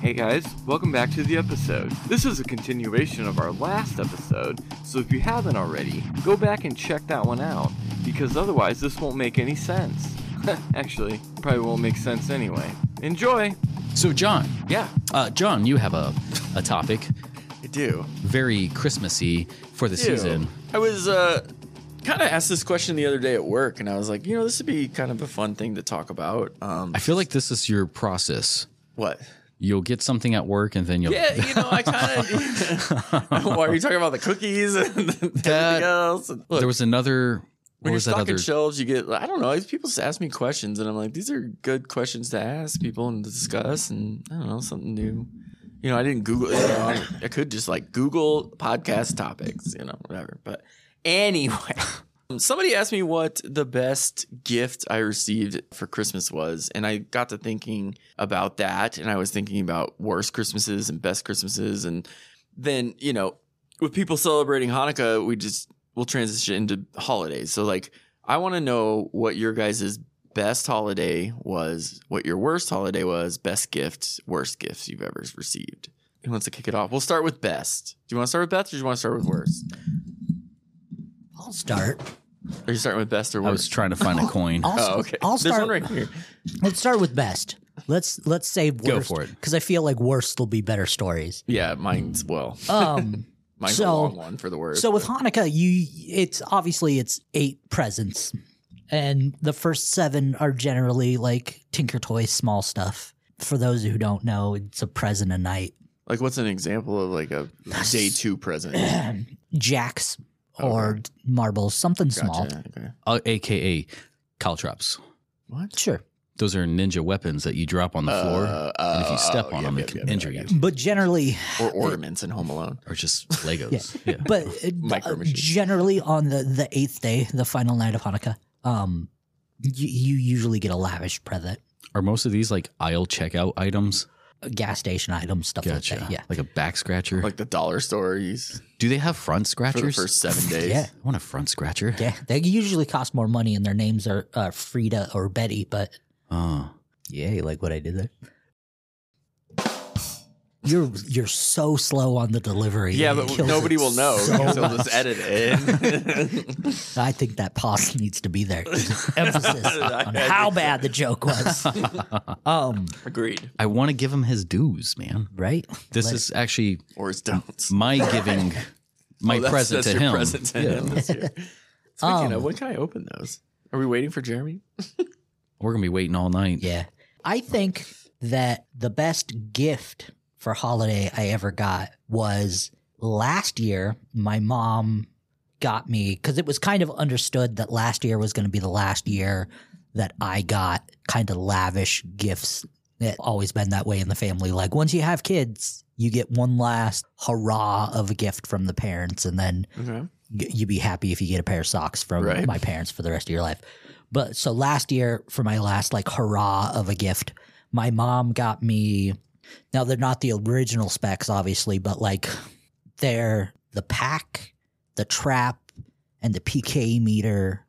Hey guys, welcome back to the episode. This is a continuation of our last episode, so if you haven't already, go back and check that one out, because otherwise this won't make any sense. Actually, probably won't make sense anyway. Enjoy! So, John, Yeah, uh, John, you have a, a topic I do. very Christmassy for the season. I was uh, kind of asked this question the other day at work, and I was like, you know, this would be kind of a fun thing to talk about. Um, I feel like this is your process. what? You'll get something at work, and then you'll Yeah, you know, I kind of. Why are you talking about the cookies and everything That- else? And look, there was another. What when you're was that stocking other? shelves, you get I don't know. it's- People just ask me questions, and I'm like, these are good questions to ask people and to discuss, and I don't know something new. You know, I didn't Google. You know, I, I could just like Google podcast topics, you know, whatever. But anyway, somebody asked me what the best gift I received for Christmas was, and I got to thinking about that, and I was thinking about worst Christmases and best Christmases, and then you know, with people celebrating Hanukkah, we just will transition into holidays. So like I want to know what your guys' best holiday was, what your worst holiday was, best gifts, worst gifts you've ever received. Who wants to kick it off? We'll start with best. Do you want to start with best or do you want to start with worst? I'll start. Are you starting with best or I was worst? trying to find a coin. I'll, oh, okay. I'll There's start. one right here. Let's start with best. Let's let's say worst, for it. because I feel like worst will be better stories. Yeah, mine's well. Um, Mine's a so- long one for the worst. so with Hanukkah, you it's obviously it's eight presents, and the first seven are generally like Tinker Toy small stuff. For those who don't know, it's a present a night. like what's an example of like a day two present? Jacks or Okay. marbles, something small. Gotcha. Okay. Uh, AKA caltrops. What? Sure. Those are ninja weapons that you drop on the floor, Uh, and if you step oh, on yeah, them, yeah, it can yeah, injure yeah, you. But generally, Or ornaments in Home Alone. Or just Legos. yeah. but Micro uh, machines. generally on the, the eighth day, the final night of Hanukkah, um, you, you usually get a lavish uh, present, Are most of these like aisle checkout items? a gas station items, stuff Gotcha. like that. Yeah, Like a back scratcher. Like the dollar store you use Do they have for front the scratchers? first seven days. Yeah. I want a front scratcher. yeah. They usually cost more money, and their names are uh, Frida or Betty. But Oh. yeah, you like what I did there. You're you're so slow on the delivery. Yeah, It but kills nobody it will know so because they'll just much. edit it. in. I think that pause needs to be there. Emphasis on how bad the joke was. um, Agreed. I want to give him his dues, man. right? This Let- is actually Or it's don'ts. my giving my Oh, that's- present that's to your him. Present to Yeah. him this year. Speaking Um, of, when can I open those? Are we waiting for Jeremy? We're gonna be waiting all night. Yeah. I think that the best gift for holiday I ever got was last year. My mom got me because it was kind of understood that last year was going to be the last year that I got kind of lavish gifts. It's always been that way in the family. Like once you have kids, you get one last hurrah of a gift from the parents, and then Okay. y- you'd be happy if you get a pair of socks from Right. my parents for the rest of your life. But so last year, for my last like hurrah of a gift, my mom got me. Now they're not the original specs, obviously, but like they're the pack, the trap, and the PK meter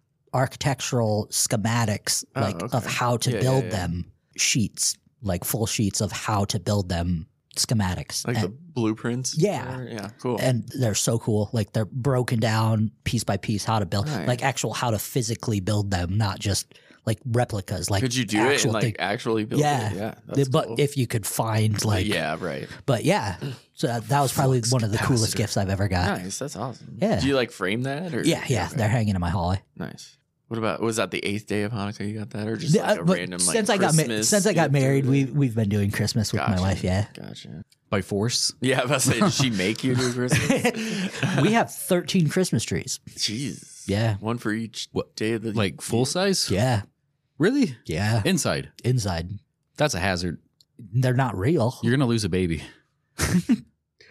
architectural schematics, Oh, like of okay. how to Yeah, yeah, build yeah. them sheets, like full sheets of how to build them schematics. Like And- the blueprints? Uh, Yeah. Or- Yeah. Cool. and they're so cool. Like they're broken down piece by piece how to build, Right. like actual how to physically build them, not just like replicas. Like Could you do it and actual like thing. actually build Yeah. it? Yeah. They- that's but cool. if you could find like, yeah, right. but yeah, so that, that was probably Flux one of the coolest capacitor. gifts I've ever got. Nice. That's awesome. uh, Yeah. Do you like frame that? Or Yeah, yeah, Okay. they're hanging in my hallway. Nice. What about was that the eighth day of Hanukkah you got that, or just Yeah, like a uh, but random like since I got ma- Christmas since I got gift married, or- we we've been doing Christmas with my Gotcha. wife. Yeah, Gotcha. By force. Yeah, I was about to say, did she make you do Christmas? we have thirteen Christmas trees. Jeez. Yeah. One for each What, day of the Like full size? Yeah, Really? yeah, Inside. inside. That's a hazard. They're not real. You're gonna lose a baby.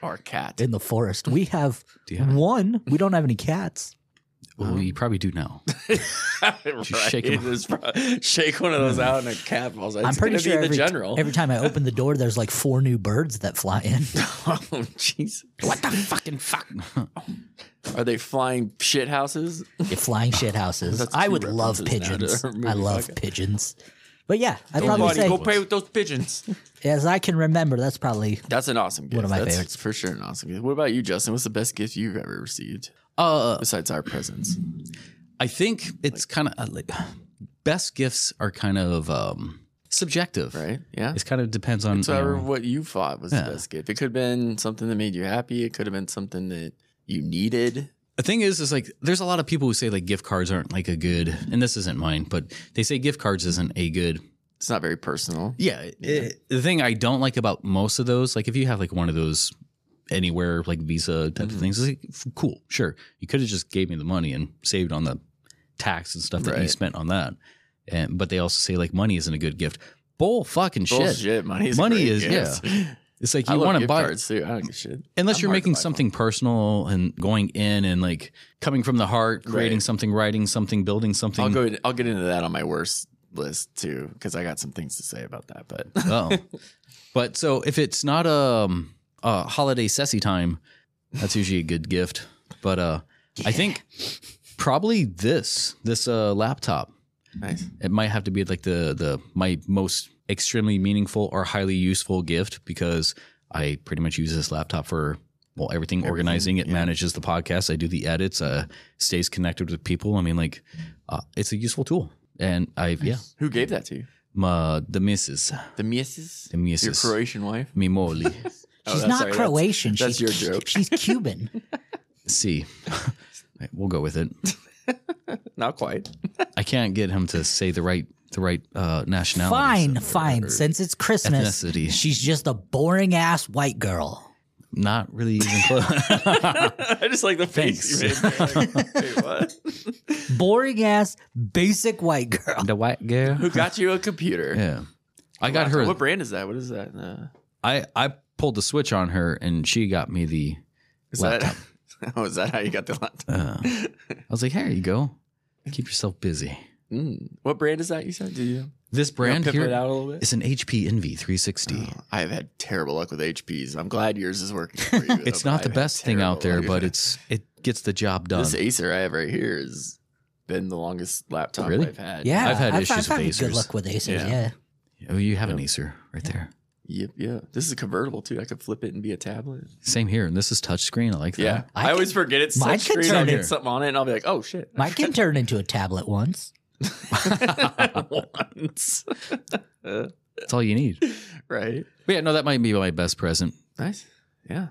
or cat. in the forest. We have Do you have it? one. We don't have any cats. Well, you probably do now. right. shake 'em. There's pro- shake one of those out and a cat falls out. I'm It's pretty gonna sure be the every, general. every time I open the door, there's like four new birds that fly in. oh jeez. what the fucking fuck? Are they flying shit houses? You're flying shit houses. That's I two would love references now to pigeons. our movie I love podcast. pigeons. But yeah, I'd Go, probably buddy, say, go play with those pigeons. as I can remember, that's probably That's an awesome gift. One of my That's favorites. for sure an awesome gift. What about you, Justin? What's the best gift you've ever received Uh, besides our presents? I think it's kind of uh, like best gifts are kind of um, subjective, Right? Yeah. It kind of depends on So you whatever know, what you thought was Yeah. the best gift. It could have been something that made you happy. It could have been something that you needed. the thing is is like there's a lot of people who say like gift cards aren't like a good and this isn't mine but they say gift cards isn't a good It's not very personal. yeah, it- the thing i don't like about most of those like if you have like one of those anywhere like visa type of Mhm. things it's like f- cool sure you could have just gave me the money and saved on the tax and stuff that you Right. spent on that and but they also say like money isn't a good gift bull fucking Bullshit. shit Money is Money great is- gifts. it's like I you love want to gift buy cards too. I don't give a shit. unless I'm you're hard to making buy something personal and going in and like coming from the heart creating Right. something writing something building something I'll go. in- I'll get into that on my worst list too, because I got some things to say about that. But oh. But so if it's not um, a holiday sessy time, that's usually a good gift. But uh, I think probably this this uh, laptop. nice. It might have to be like the the my most extremely meaningful or highly useful gift because I pretty much use this laptop for well everything, organizing. It yeah. manages the podcast. I do the edits. Uh, stays connected with people. I mean, like uh, it's a useful tool. And I yeah, Who gave that to you? my, the missus, The missus. the missus, Your Croatian wife. mi moli. Oh, she's that's- not sorry, that's- Croatian. that's she's, your joke. She's Cuban. C. Right, we'll go with it. Not quite. I can't get him to say the right the right uh, nationality. so- fine, fine. Since it's Christmas, ethnicity. she's just a boring ass white girl. Not really even close. I just like the face you Thanks. made. there. Like, Wait, what? Boring ass basic white girl. the white girl. Who got you a computer? Yeah, I got her. What brand is that? What is that? Uh, I I pulled the switch on her, and she got me the. is that? Oh, is that how you got the laptop? Uh, I was like, here you go. Keep yourself busy. Mm. What brand is that? You said? Do you This You brand wanna pimp it here out a little bit? is an HP Envy 360. Oh, I've had terrible luck with HPs. I'm glad yours is working. For you, it's though, but I've not the had best thing out there, terrible luck. but it's it gets the job done. This Acer I have right here has been the longest laptop Really? I've had. Yeah, I've had issues with good Acers. luck with Acers. Yeah. Yeah. oh, you have an Yep. Acer right there. Yep. Yeah. This is a convertible too. I could flip it and be a tablet. Same here, and this is touchscreen. I like that. Yeah. I I, always forget it's mine touch can screen. turn I'll here. get something on it and I'll be like, oh shit. my kid turned into a tablet once. Once. Uh, That's all you need. right. But yeah, no, that might be my best present. Nice. Yeah.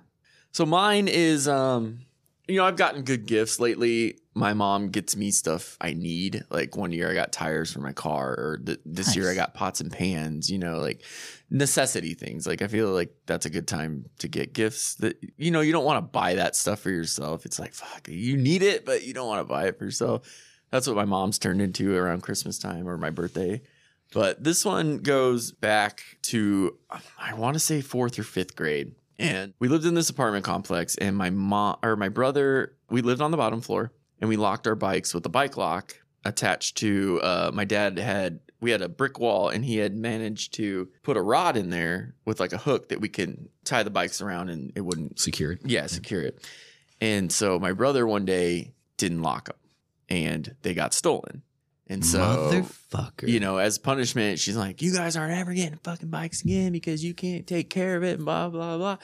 So mine is um you know, I've gotten good gifts lately. My mom gets me stuff I need. Like one year I got tires for my car or th- this year I Nice. got pots and pans, you know, like necessity things. Like I feel like that's a good time to get gifts that you know, you don't want to buy that stuff for yourself. It's like fuck, you need it, but you don't want to buy it for yourself. That's what my mom's turned into around Christmas time or my birthday. But this one goes back to, I want to say fourth or fifth grade. And we lived in this apartment complex, and my mom or my brother, we lived on the bottom floor, and we locked our bikes with a bike lock attached to. Uh, my dad had we had a brick wall, and he had managed to put a rod in there with like a hook that we can tie the bikes around, and it wouldn't Secured. yeah, secure it. And so my brother one day didn't lock them, and they got stolen. And so Motherfucker. you know, as punishment, she's like, "You guys aren't ever getting fucking bikes again because you can't take care of it." And blah blah blah.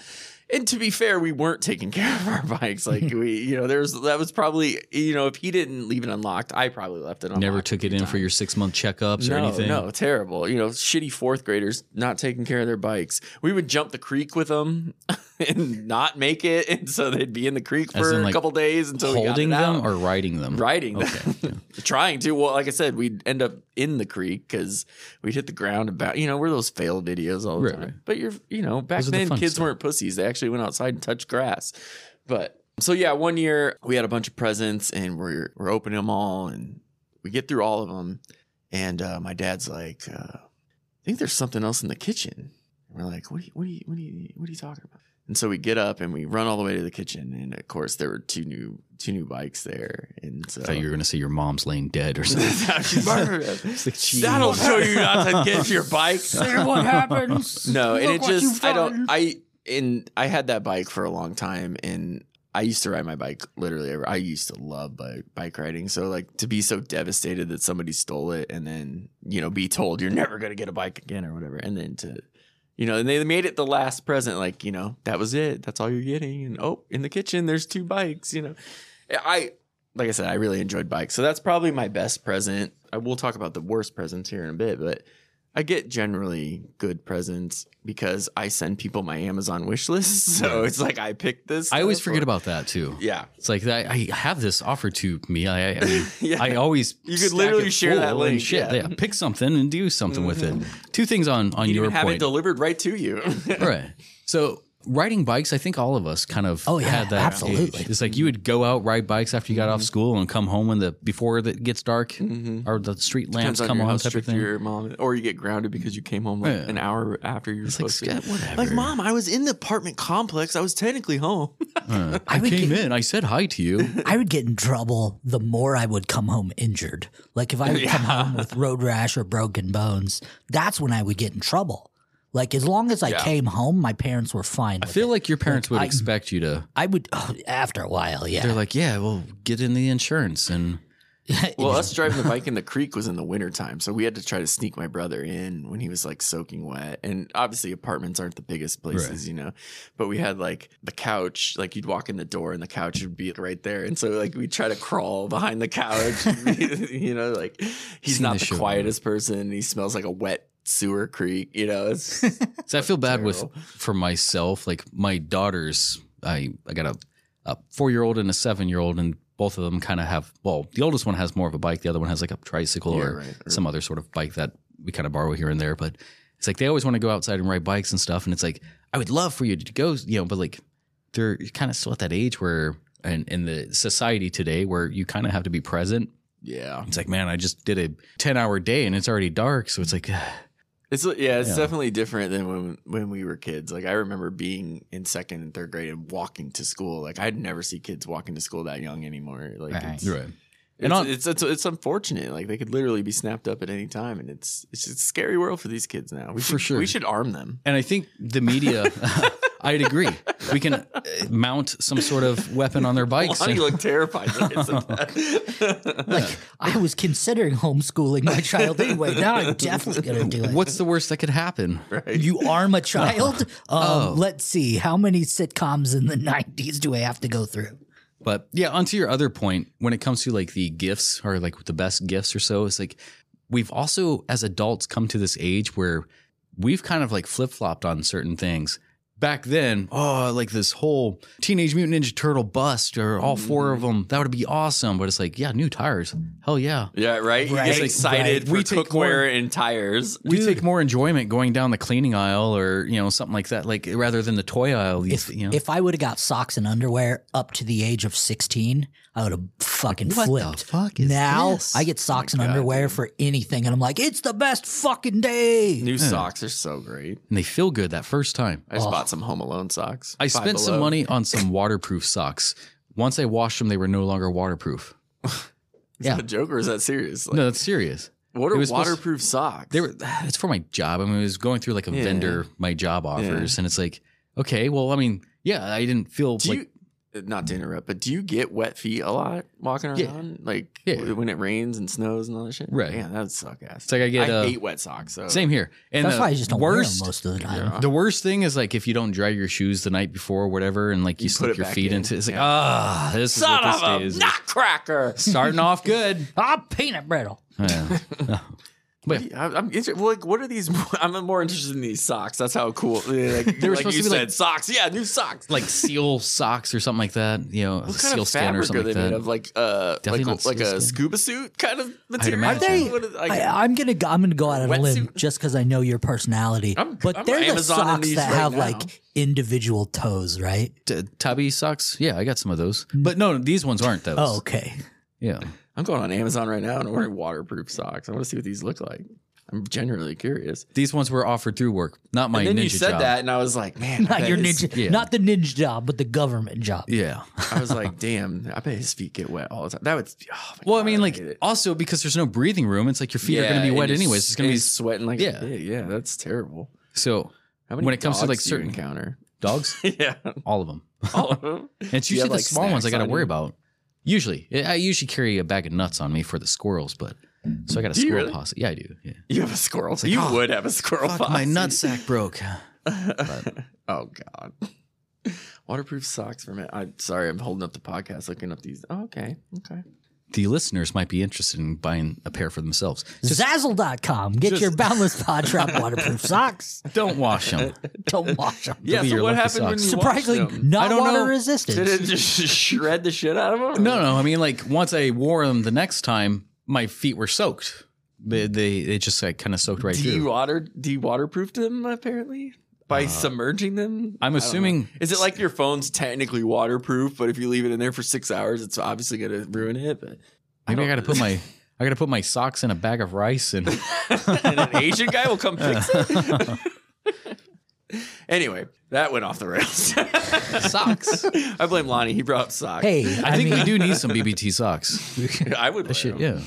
And to be fair, we weren't taking care of our bikes. Like we, you know, there's that was probably you know if he didn't leave it unlocked, I probably left it unlocked. Never took it in for your six month checkups or no, anything. No, terrible. You know, shitty fourth graders not taking care of their bikes. We would jump the creek with them and not make it, and so they'd be in the creek As for in, a like, couple days until Holding we got it out them or riding them. riding them, Okay, trying to. Well, like I said, we'd end up in the creek because we'd hit the ground about. You know, we're those fail videos all the Right, time. right. But you're, you know, back Those are the then fun kids stuff. weren't pussies. They actually went outside and touched grass. But so yeah, one year we had a bunch of presents and we're we're opening them all and we get through all of them. And uh, my dad's like, uh, I think there's something else in the kitchen. And we're like, what are you, what are you, what are you, what are you talking about? And so we get up and we run all the way to the kitchen, and of course there were two new two new bikes there, and so I thought you were going to say your mom's laying dead or something. She's- That'll show you not to get your bike. what happens? No, and it just I don't I and I had that bike for a long time and I used to ride my bike literally. Every, I used to love bike, bike riding. So like to be so devastated that somebody stole it and then, you know, be told you're never going to get a bike again or whatever. And then to, you know, and they made it the last present. Like, you know, that was it. That's all you're getting. And oh, in the kitchen, there's two bikes, you know. I, like I said, I really enjoyed bikes. So that's probably my best present. I will talk about the worst presents here in a bit, but I get generally good presents because I send people my Amazon wish list. So it's like I picked this. I always stuff or- forget about that too. Yeah. It's like that. I have this offered to me. I, I, I mean, Yeah. I always You could stack literally it share that full and link, Shit, yeah. Mm-hmm. yeah. Pick something and do something with it. Two things on on you your even have point. it delivered right to you. right. So riding bikes, I think all of us kind of Oh, yeah, had that. absolutely. age. It's like you would go out ride bikes after you got Mm-hmm. off school and come home when the before it gets dark or the street lamps Depends on come your, on how type of strict thing. your mom, or you get grounded because you came home like Yeah. an hour after you were It's like, supposed "Scott, to. whatever. Like, mom, I was in the apartment complex. I was technically home. Uh, I, would came get- in. I said hi to you. I would get in trouble the more I would come home injured. Like if I would come home with road rash or broken bones, that's when I would get in trouble. Like as long as I Yeah. came home, my parents were fine. I With feel it. like your parents would I- expect you to. I would oh, after a while, They're yeah. like, yeah, well, get in the insurance and Well, us driving the bike in the creek was in the wintertime, so we had to try to sneak my brother in when he was like soaking wet. And obviously, apartments aren't the biggest places, Right. you know. But we had like the couch, like you'd walk in the door and the couch would be right there. And so, like, we'd try to crawl behind the couch, you know, like he's Seen not this the show. quietest person. He smells like a wet sewer creek, you know. It's, So I feel bad with Terrible. for myself. Like my daughters, I I got a, a four year old and a seven year old, and both of them kind of have. Well, the oldest one has more of a bike. The other one has like a tricycle Yeah, or right, or- some other sort of bike that we kind of borrow here and there. But it's like they always want to go outside and ride bikes and stuff. And it's like I would love for you to go, you know, but like they're kind of still at that age where. And in the society today, where you kind of have to be present, yeah. it's like, man, I just did a ten-hour day and it's already dark, so it's like, It's uh, yeah, it's Yeah. definitely different than when when we were kids. Like I remember being in second and third grade and walking to school. Like I'd never see kids walking to school that young anymore. Like Right. it's, you're right. it's, And on- it's, it's it's unfortunate. Like they could literally be snapped up at any time, and it's it's a scary world for these kids now. We For should, sure. we should arm them. And I think the media, I'd agree. We can uh, mount some sort of weapon on their bikes. Lonnie and- looked terrified. when I said that. Like I was considering homeschooling my child anyway. Now I'm definitely gonna do it. what's the worst that could happen? right? You arm a child? Um, Oh. Let's see. How many sitcoms in the 90s do I have to go through? But yeah, onto your other point, when it comes to like the gifts or like the best gifts or so, it's like we've also, as adults, come to this age where we've kind of like flip flopped on certain things. Back then, oh, like this whole Teenage Mutant Ninja Turtle bust or all four of Mm-hmm. them, that would be awesome. But it's like, yeah, new tires. Hell yeah. yeah, right. You Right, get excited right. for We take cookware and tires. we take more enjoyment going down the cleaning aisle or you know something like that, like rather than the toy aisle. you If, th- you know. if I would have got socks and underwear up to the age of 16, I would have fucking What the flipped. fuck is now this? I get socks Oh my and God, underwear for anything, and I'm like, it's the best fucking day. New socks are so great. and they feel good that first time. I just bought some Home Alone socks. I Five spent some Below. money on some waterproof socks. Once I washed them, they were no longer waterproof. Is that a joke or is that serious? Like, No, that's serious. what it are was supposed- waterproof socks? They were. It's for my job. I mean, I was going through like a Yeah. vendor my job offers, and it's like, okay, well, I mean, yeah, I didn't feel Do like you not to interrupt, but do you get wet feet a lot walking around? Yeah. Like Yeah. w- when it rains and snows and all that shit? Right. Yeah, that would suck ass. It's like I get, I uh, hate wet socks. So. same here. And That's the why I just don't worst, wear them most of the time. Yeah. The worst thing is like if you don't dry your shoes the night before or whatever, and like you, You put slip it your back feet in. into. It's like Yeah. ah, this Son is what of a this day is. nutcracker. Starting off good. Ah, peanut brittle. Yeah. What do you- I'm, I'm inter- well, like, what are these? I'm more interested in these socks. That's how cool. Like, like They were you supposed to be said, like- socks. Yeah, new socks. like seal socks or something like that. You know, what kind seal of skin fabric or are something they like made that. of? Like, uh, Definitely like, not like sealskin. a scuba suit kind of material. imagine. Are they- What is- like- I, uh, I'm gonna go, I'm gonna go out on a limb Wetsuit? just because I know your personality. I'm- but I'm they're the Amazoning socks these that right have now. like individual toes, right? T- Tubby socks. Yeah, I got some of those. But no, these ones aren't those. Hmm. Oh, okay. yeah. I'm going on Amazon right now and ordering waterproof socks. I want to see what these look like. I'm genuinely curious. These ones were offered through work, not my and then ninja you said job. that, and I was like, man, I Not bet your his- ninja, yeah. not the ninja job, but the government job. Yeah. I was like, damn, I bet his feet get wet all the time. That would. Oh my Well, I God, mean, hate like it. also because there's no breathing room, it's like your feet are going Yeah, to be and wet you're anyways. s- It's going and to be you're sweating like yeah. yeah, yeah. That's terrible. so How many When it comes to, dogs like, do you certain- encounter, dogs, yeah, all of them. Oh, It's Do you usually have, the like, small ones I snacks got to on worry you? about. Usually, I- I usually carry a bag of nuts on me for the squirrels, but so I got a Do you squirrel really? posse. Yeah, I do. Yeah. you have a squirrel. like, you oh, would have a squirrel. Fuck, posse. my nutsack broke. oh God. Waterproof socks for me. I'm sorry. I'm holding up the podcast, looking up these. Oh, okay. Okay. The listeners might be interested in buying a pair for themselves. Just Zazzle.com. Get just- your Boundless Pod Trap waterproof socks. don't wash them. Don't wash them. Yeah. be So your what lucky happened when socks. you washed Surprisingly, them? I not don't water know. resistant. Did it just shred the shit out of them? No, no. I mean, like once I wore them the next time, my feet were soaked. They they, they just like, kind of soaked right through. de-watered, de-waterproofed them apparently Uh, by submerging them. I I'm don't know. assuming- Is it like your phone's technically waterproof, but if you leave it in there for six hours, it's obviously gonna ruin it. But Maybe don't- I, got to put my I got to put my socks in a bag of rice and and an Asian guy will come fix it. anyway, that went off the rails. socks. I blame Lonnie. He brought up socks. hey, I think we do need some BBT socks. I would wear Shit, them. yeah.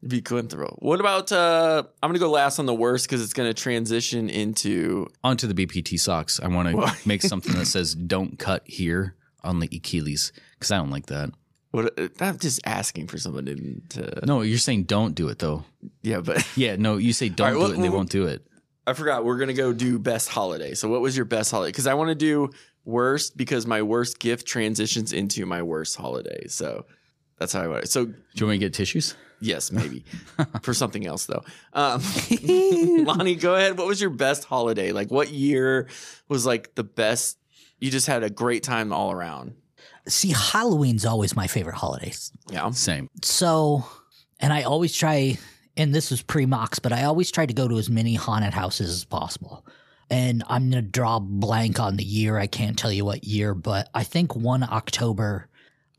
It'd be comfortable. What about? uh I'm gonna go last on the worst because it's gonna transition into onto the BPT socks. I want Why? to make something that says "Don't cut here" on the Achilles because I don't like that. what? uh, I'm just asking for someone to. to No, you're saying don't do it though. yeah, but Yeah, no, you say don't All right, do well, it, and they well, won't do it. I forgot. We're gonna go do best holiday. So what was your best holiday? Because I want to do worst because my worst gift transitions into my worst holiday. So that's how I want. It. So Do you want me to get tissues? yes, maybe for something else though. Um, Lonnie, go ahead. What was your best holiday? Like what year was like the best? You just had a great time all around. see Halloween's always my favorite holidays. Yeah. Same. So, and I always try, and this was pre mox, but I always try to go to as many haunted houses as possible. And I'm going to draw blank on the year. I can't tell you what year, but I think one October,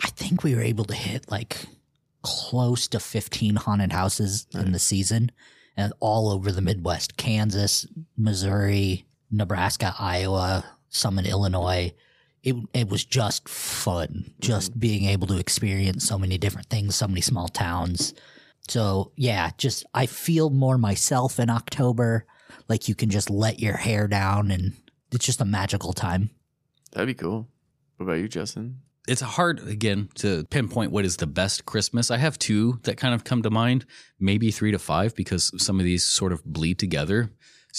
I think we were able to hit like close to 15 haunted houses in the season and all over the Midwest Kansas, Missouri, Nebraska, Iowa, some in Illinois. It, it was just fun, just being able to experience so many different things, so many small towns. So, yeah, just I feel more myself in October. Like you can just let your hair down and it's just a magical time. That'd be cool. What about you, Justin? It's hard again to pinpoint what is the best Christmas. I have two that kind of come to mind, maybe three to five, because some of these sort of bleed together.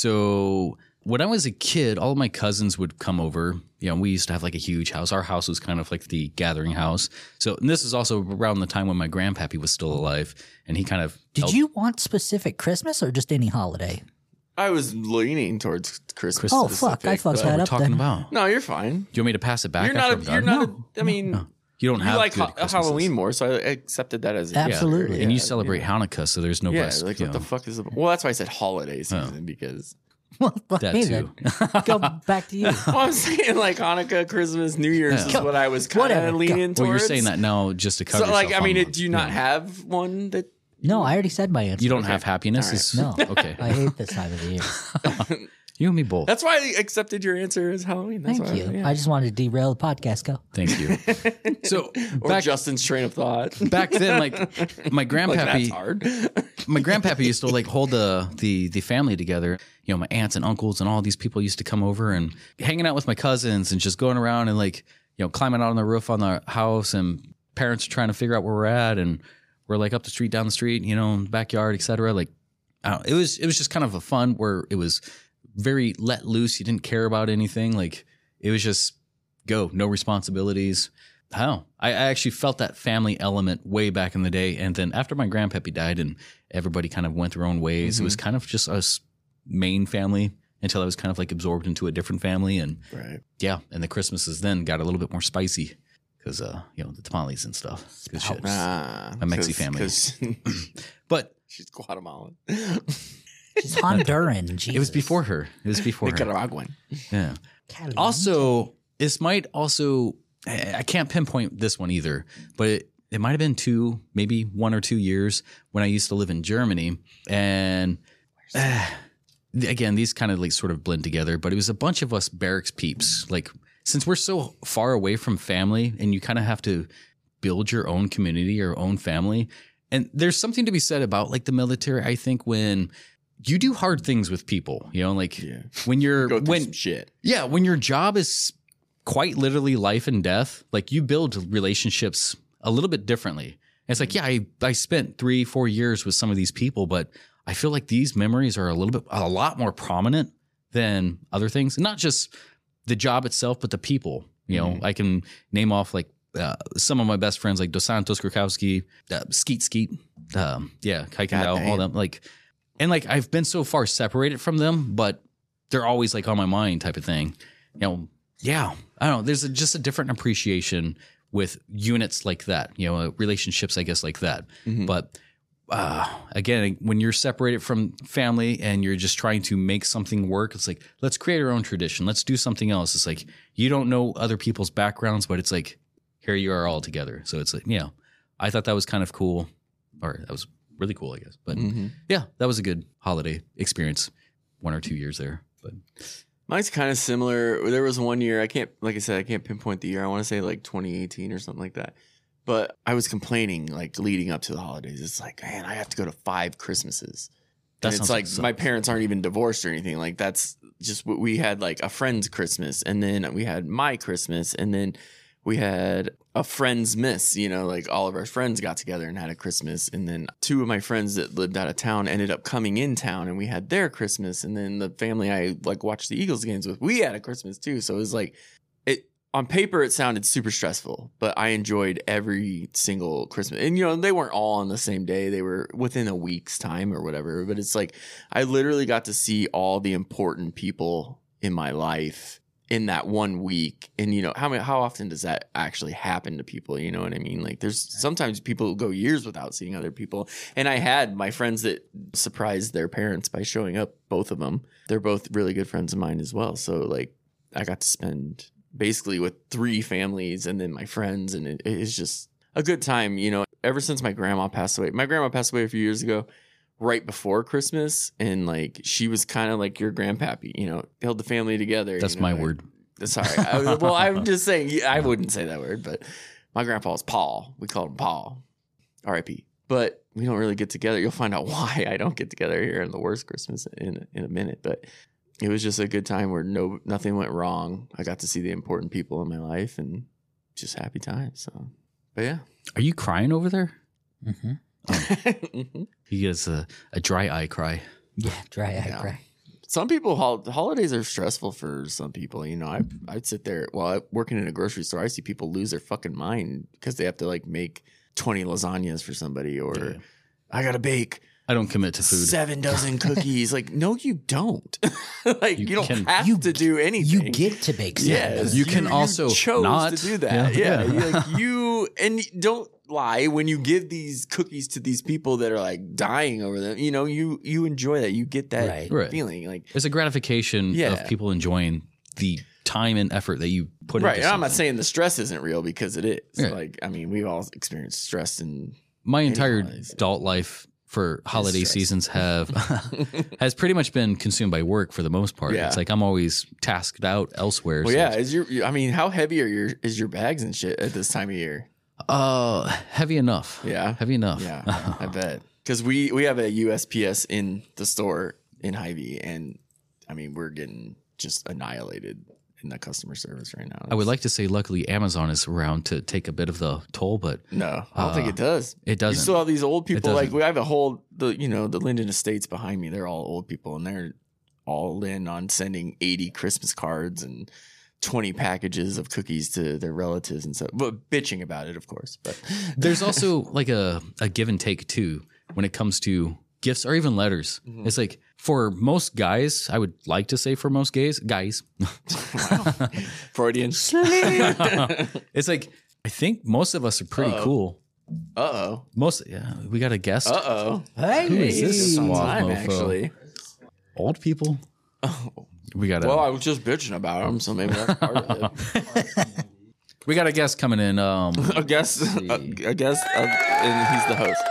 So when I was a kid, all of my cousins would come over. You know, we used to have like a huge house. Our house was kind of like the gathering house. So and this is also around the time when my grandpappy was still alive, and he kind of Did held- you want specific Christmas or just any holiday? I was leaning towards Christmas. Oh, fuck, I specific, fucked but- What that we're up talking then. about? No, you're fine. Do you want me to pass it back? You're after not. I'm A, you're done? not. a, I mean. You don't You have like good ha- Christmases. Halloween more, so I accepted that as a Yeah. Absolutely. and you Yeah, celebrate Hanukkah, so there's no Yeah, rest. like you what the know. Oh. fuck is the, well? That's why I said holiday season because Well, that hey too. then, go back to you. well, I'm saying like Hanukkah, Christmas, New Year's Yeah. is what I was kind Whatever. of leaning towards. Well, you're saying that now just to cover. So like, I yourself mean, on it, do you the- not yeah. have one that? No, I already said my answer. You don't have happiness. Is, No. Okay. I hate this time of the year. you and me both. That's why I accepted your answer as Halloween. That's Thank why, you. yeah. I just wanted to derail the podcast. Go. Thank you. So or back Justin's train of thought. back then, like my like that's grandpappy, hard. my grandpappy used to like hold the the the family together. You know, my aunts and uncles and all these people used to come over and hanging out with my cousins and just going around and like you know climbing out on the roof on the house and parents are trying to figure out where we're at and we're like up the street, down the street, you know, in the backyard, etc. Like I don't, it was it was just kind of a fun where it was very let loose. You didn't care about anything. Like it was just go, no responsibilities. How I, I actually felt that family element way back in the day, and then after my grandpappy died and everybody kind of went their own ways, it was kind of just us main family until I was kind of like absorbed into a different family, and right. yeah, and the Christmases then got a little bit more spicy because uh you know the tamales and stuff. Good shit. Nah, A Mexi family. But she's Guatemalan. She's Honduran. Jesus. it was before her. It was before her. Nicaraguan. Yeah. Catalan. Also, this might also, I I can't pinpoint this one either, but it, it might have been two, maybe one or two years when I used to live in Germany. And eh, again, these kind of like sort of blend together, but it was a bunch of us barracks peeps. Like, since we're so far away from family and you kind of have to build your own community, your own family. And there's something to be said about like the military, I think, when you do hard things with people, you know, like Yeah. when you're Go through when some shit. yeah, when your job is quite literally life and death. Like you build relationships a little bit differently. And it's like, yeah, I, I spent three, four years with some of these people, but I feel like these memories are a little bit, a lot more prominent than other things. Not just the job itself, but the people. You know, I can name off like uh, some of my best friends, like Dos Santos, Krakowski, uh, Skeet Skeet, um, yeah, Kaikendao, all Goddamn. them. Like, and like I've been so far separated from them, but they're always like on my mind, type of thing. You know, yeah, I don't know. There's a, just a different appreciation with units like that. You know, uh, relationships, I guess, like that. Mhm. But uh, again, when you're separated from family and you're just trying to make something work, it's like, let's create our own tradition. Let's do something else. It's like, you don't know other people's backgrounds, but it's like, here you are all together. So it's like, yeah, I thought that was kind of cool. Or that was really cool, I guess. But Mhm. yeah, that was a good holiday experience. One or two years there. But Mine's kind of similar. There was one year I can't, like I said, I can't pinpoint the year. I want to say like 2018 or something like that. But I was complaining like leading up to the holidays. It's like, man, I have to go to five Christmases. That And it's sounds like like sucks. my parents aren't even divorced or anything. Like that's just what we had like a friend's Christmas, and then we had my Christmas, and then we had a friend's miss. You know, like all of our friends got together and had a Christmas, and then two of my friends that lived out of town ended up coming in town, and we had their Christmas, and then the family I like watched the Eagles games with, we had a Christmas too. So it was like it on paper it sounded super stressful but i enjoyed every single christmas and you know they weren't all on the same day they were within a week's time or whatever but it's like i literally got to see all the important people in my life in that one week and you know how many how often does that actually happen to people you know what i mean like there's sometimes people go years without seeing other people and i had my friends that surprised their parents by showing up both of them they're both really good friends of mine as well so like i got to spend basically with three families and then my friends and it, it is just a good time you know ever since my grandma passed away my grandma passed away a few years ago right before christmas and like she was kind of like your grandpappy you know held the family together that's you know, my like- word. sorry I, well i'm just saying yeah, i wouldn't say that word but my grandpa was paul we called him paul rip but we don't really get together you'll find out why i don't get together here in the worst christmas in, in a minute but it was just a good time where no nothing went wrong. I got to see the important people in my life and just happy time. So, but yeah, Are you crying over there? hmm Mhm. He gets a, a dry eye cry. Yeah, dry eye Yeah. cry. some people hol- holidays are stressful for some people. You know, I I'd sit there while I, working in a grocery store. I see people lose their fucking mind because they have to like make twenty lasagnas for somebody or. Yeah. I gotta bake I don't commit to food. seven dozen cookies. like, no, you don't. like, You you, don't can- have you- to do You anything. get to bake Yeah, salad. You can also chose not. to do that. Yeah. Yeah, you- like you and don't lie when you give these cookies to these people that are like dying over them. You know, you you enjoy that. You get that Right. Right. feeling. Like It's a gratification Yeah. of people enjoying the time and effort that you put right. into And I'm not something. saying the stress isn't real because it is. Yeah. Like I mean, we've all experienced stress and My entire holidays. adult life for holiday stressful. seasons have has pretty much been consumed by work for the most part. Yeah. It's like I'm always tasked out elsewhere. well, so yeah. it's- Is your I mean, how heavy are your is your bags and shit at this time of year? Uh, heavy enough. Yeah. Heavy enough. Yeah, I bet. Because we we have a USPS in the store in Hy-Vee, and I mean we're getting just annihilated in the customer service right now. I would like to say, luckily, Amazon is around to take a bit of the toll, but No, I don't Uh, think it does. it doesn't. You still have these old people. Like doesn't. we have a whole the you know the Linden Estates behind me. They're all old people, and they're all in on sending eighty Christmas cards and. 20 packages of cookies to their relatives and stuff, but bitching about it, of course. But There's also like a, a give and take too when it comes to gifts or even letters. Mhm. It's like for most guys, I would like to say for most gays, guys, Freudian. it's like I think most of us are pretty Uh-oh. cool. Uh oh. Most, yeah, we got a guest. Uh oh. Hey, Oh, Who is this It's on suave time, mofo? actually. Old people. Oh, We got a well, I was just bitching about him, so maybe that's part of it. we got a guest coming in. Um, I guess, I guess, uh, and he's the host.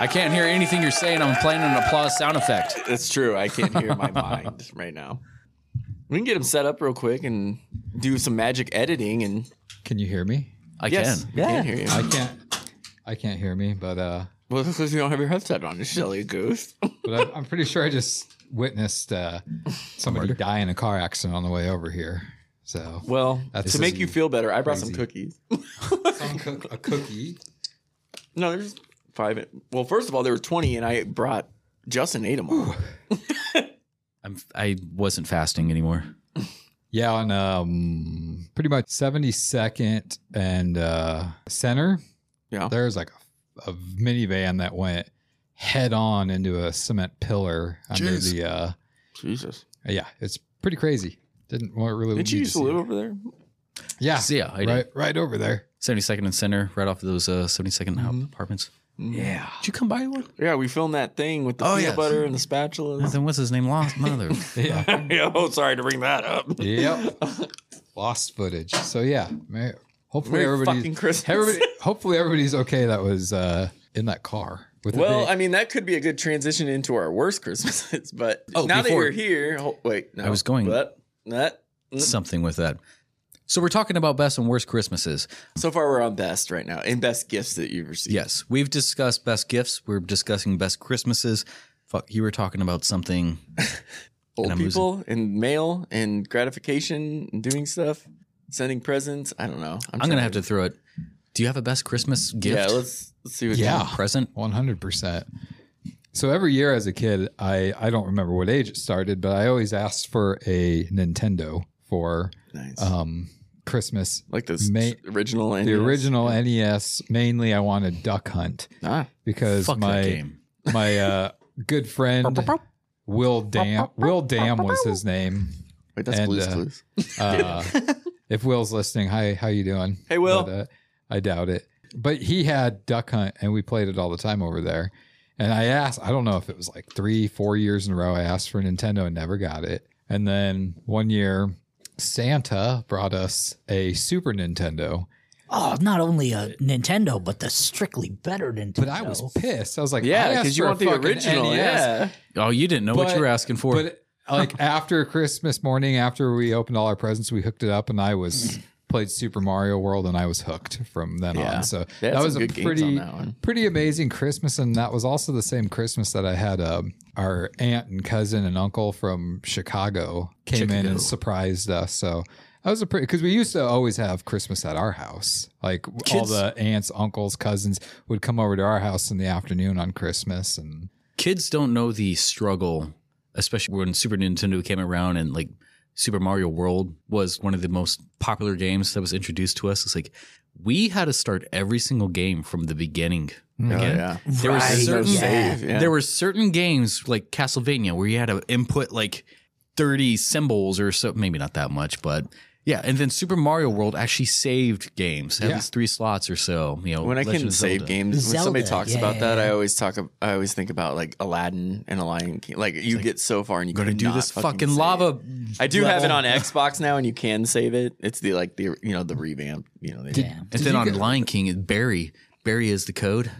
I can't hear anything you're saying. I'm playing an applause sound effect. It's true. I can't hear my mind right now. We can get him set up real quick and do some magic editing, and Can you hear me? I yes, can. we can hear you. I can't. I can't hear me, but uh, well, because you don't have your headset on, you silly goose. but I, I'm pretty sure I just witnessed uh, somebody Murder? die in a car accident on the way over here. So Well, That's to make you feel better, I brought some crazy. cookies. some cook, a cookie. No, there's five. Well, first of all, there were 20, and I brought Justin ate them all. I'm I wasn't fasting anymore. Yeah, on um, pretty much 72nd and uh, Center. Yeah. there was like a, a minivan that went head on into a cement pillar under Jeez. the. Uh, Jesus. yeah, it's pretty crazy. Didn't want really. Didn't you need used to see live it. over there? Yeah, So, yeah, I did. right, right over there. 72nd and Center, right off of those uh, 72nd hou- Mhm. apartments. Yeah. Did you come by one? Yeah, we filmed that thing with the Oh, peanut yes. butter and the And spatulas. then what's his name? Lost mother. Yeah. oh, sorry to bring that up. yep. Lost footage. So yeah, ma- hopefully Merry fucking everybody's Christmas. everybody, hopefully everybody's okay. That was uh, in that car with Well, the I mean, that could be a good transition into our worst Christmases, but Oh, now before- that you're here, ho- wait, no, I was going- But, that, Something with that. So we're talking about best and worst Christmases. so far, we're on best right now, and best gifts that you've received. Yes, we've discussed best gifts. We're discussing best Christmases. Fuck, you were talking about something. old And I'm people and mail and gratification and doing stuff, sending presents. I don't know. I'm, gonna have to throw it. Do you have a best Christmas gift? Yeah, let's let's see what. Yeah. present. One hundred percent. So every year as a kid, I I don't remember what age it started, but I always asked for a Nintendo for you- nice. Uh, um, Christmas. like this ma- original. The NES. original NES. Mainly, I wanted Duck Hunt Ah, because Fuck that my game. my uh, good friend Will Dam Will Dam was his name. wait, that's And, Blue's uh, Clues. Uh, if Will's listening, hi, how you doing? Hey, Will. But, uh, I doubt it. But he had Duck Hunt, and we played it all the time over there. And I asked, I don't know if it was like three, four years in a row. I asked for a Nintendo and never got it. And then one year, Santa brought us a Super Nintendo, Oh, not only a Nintendo, but the strictly better Nintendo. but I was pissed. I was like, I Yeah, asked because you for a want the fucking E original. NES. Yeah. Oh, you didn't know what But- you were asking for. But like after Christmas morning, after we opened all our presents, we hooked it up, and I was played Super Mario World, and I was hooked from then Yeah. on. So They had that some was a good games on pretty that one. pretty amazing Christmas, and that was also the same Christmas that I had um, our aunt and cousin and uncle from Chicago came in Chicago. and surprised us. So. That was a pretty because we used to always have Christmas at our house. Like all Kids- the aunts, uncles, cousins would come over to our house in the afternoon on Christmas, and kids don't know the struggle, especially when Super Nintendo came around and like Super Mario World was one of the most popular games that was introduced to us. It's like we had to start every single game from the beginning. Oh, Again. yeah. There was Right, certain- yeah. yeah. There were certain games like Castlevania where you had to input like 30 symbols or so, maybe not that much, but yeah. And then Super Mario World actually saved games, at Yeah. least three slots or so. You know, when I Oh, Legend can of save Zelda. games, when somebody Zelda, talks yeah, about yeah, that, yeah. I always talk. ab- I always think about like Aladdin and a Lion King. Like you get so far and you Gonna could do not this fucking save. lava. I do have it level. on Xbox now, and you can save it. It's the like the you know the revamp. You know, they, Yeah. And Did then you on get- Lion King, Barry. Barry is the code.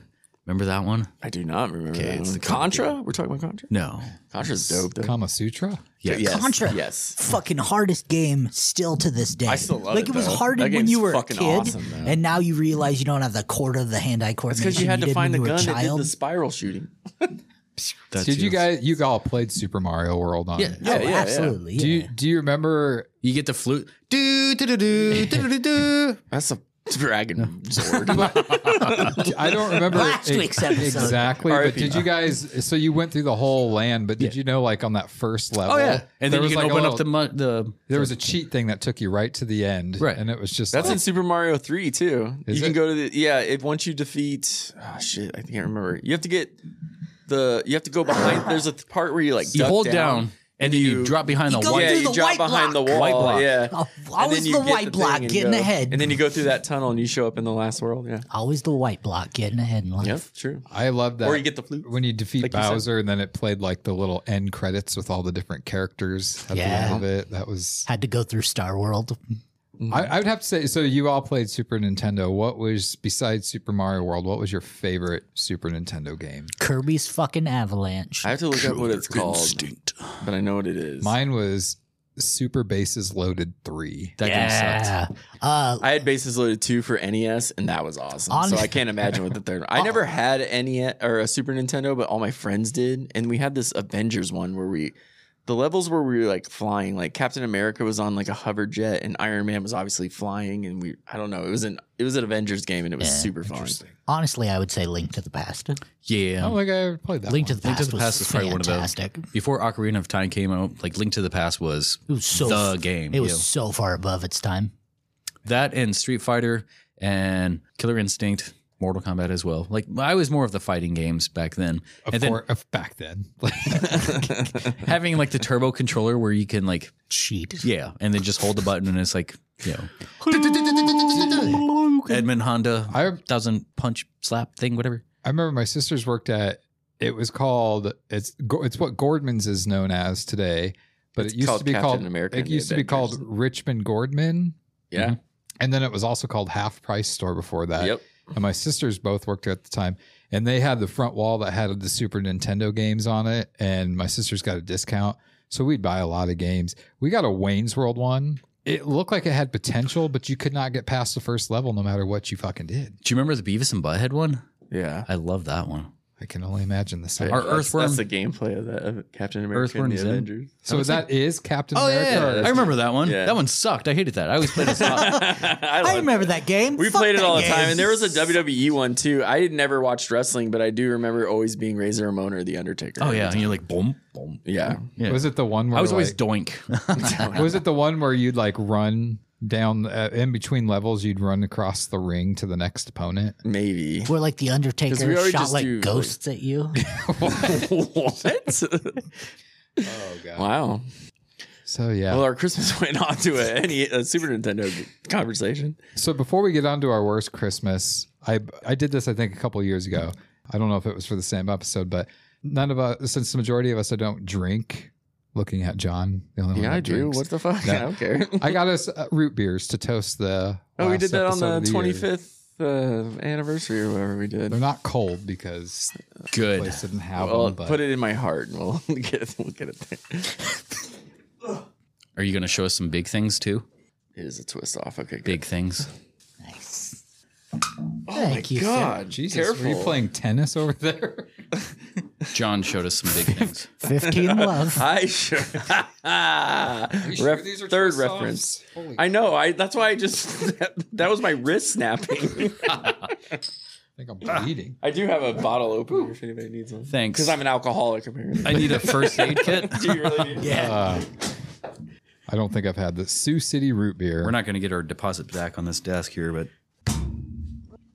Remember that one? I do not remember. Okay, that it's one. the Contra. Contra. We're talking about Contra. No. Contra's dope. Though. Kama Sutra. Yeah. Yes, Contra. Yes. fucking hardest game still to this day. I still love like it, it was though. harder That when game's you were a fucking kid, awesome, though. and now you realize you don't have the quarter of the hand-eye It's coordination. because you had to did find the when you were gun a that did child. the spiral shooting. That's Did you guys? You all played Super Mario World on? Yeah. it. Oh, Yeah, yeah, yeah. absolutely. Do yeah. you do you remember? You get the flute. Do do do do do do do. That's a dragon sword. I don't remember Last week's episode. exactly. But R.I.P. did you guys? So you went through the whole land, but did you know like on that first level? Oh yeah. And then you can like, a open little- up the mu- the There was a cheat thing that took you right to the end, Right. And it was just That's like, in Super Mario Three too. Is you can it? go to the yeah. If once you defeat, oh shit, I can't remember. You have to get the. You have to go behind. There's a th- part where you like you duck hold down and then you, you- drop behind you the go white. Yeah, through you the drop white behind the block. wall. White block. Yeah, Oh, And always then you the get white thing block and getting go- ahead. and then you go through that tunnel and you show up in the last world. Yeah, always the white block getting ahead in life. yep, true. I love that. Or you get the flute. when you defeat Like you said. Bowser, and then it played like the little end credits with all the different characters at Yeah. the end of it. That was. Had to go through Star World. Mm-hmm. I, I would have to say. So you all played Super Nintendo. What was besides Super Mario World? What was your favorite Super Nintendo game? Kirby's fucking Avalanche. I have to look up what it's called, but I know what it is. Mine was Super Bases Loaded 3. That game sucked. yeah. Uh, I had Bases Loaded 2 for NES, and that was awesome. so I Honest- can't imagine what the third one. I Uh-uh. never had any or a Super Nintendo, but all my friends did. And we had this Avengers one where we the levels where we were like flying, like Captain America was on like a hover jet and Iron Man was obviously flying and we I don't know. It was an it was an Avengers game and it was Yeah, super fun. honestly, I would say Link to the Past. I Yeah. don't think I ever played that. Link to one. the Link Past, to the Past was is probably one of those. fantastic. Before Ocarina of Time came out, like Link to the Past was It was so the game. it was yeah. so far above its time. that and Street Fighter and Killer Instinct, Mortal Kombat as well. Like I was more of the fighting games back then. Of and then- course- of uh, back then. Having like the turbo controller where you can like Cheat. yeah, and then just hold the button and it's like, you know. Edmund Honda I thousand punch slap thing, whatever. I remember my sisters worked at. It was called. It's Go- it's what Gordman's is known as today, but It's it used called to be Captain called. America it and the used to be called Avengers. Richmond Gordman, Yeah. and then it was also called Half Price Store before that. Yep. And my sisters both worked there at the time, and they had the front wall that had the Super Nintendo games on it, and my sisters got a discount, so we'd buy a lot of games. We got a Wayne's World one. It looked like it had potential, but you could not get past the first level no matter what you fucking did. Do you remember the Beavis and Butthead one? Yeah. I love that one. I can only imagine the sound. Our That's- Earthworm- That's the gameplay of that of Captain America and Earthworm the Jim. Avengers. So that is Captain Oh America. yeah, I remember that one. Yeah. That one sucked. I hated that. I always played as Hawk. I, I love remember that game. We Fuck played it that all the time, game. and there was a WWE one too. I had never watched wrestling, but I do remember always being Razor Ramon or The Undertaker. Oh yeah, and you're like boom, boom. yeah. Yeah. Was it the one where I was always like- doink. was it the one where you'd like run down uh, in between levels? You'd run across the ring to the next opponent. Maybe Where like the Undertaker 'Cause we already shot just like do, like- ghosts at you. what? Oh god! wow. So yeah. Well, our Christmas went on to a, any a Super Nintendo conversation. so before we get on to our worst Christmas, I I did this I think a couple years ago. I don't know if it was for the same episode, but none of us, since the majority of us, I don't drink. Looking at John, the only one Yeah, that I do. drinks. What the fuck? No. I don't care. I got us uh, root beers to toast the. oh, we last did that on episode the of year. twenty fifth uh, anniversary or whatever we did. They're not cold because the Good. place didn't have Well, them. But put it in my heart, and we'll get it, we'll get it there. Are you going to show us some big things too? It is a twist off. Okay, good. Big things. nice. Oh my Thank you, sir. God, Jesus, careful. were you playing tennis over there? John showed us some big things. Fifteen love. I sure. Ref- third reference. I know. I. That's why I just. That, that was my wrist snapping. I think I'm bleeding. I do have a bottle opener if anybody needs one. Thanks. Because I'm an alcoholic. Apparently. I need a first aid kit. do you really need? Yeah. Uh, I don't think I've had the Sioux City root beer. We're not going to get our deposit back on this desk here, but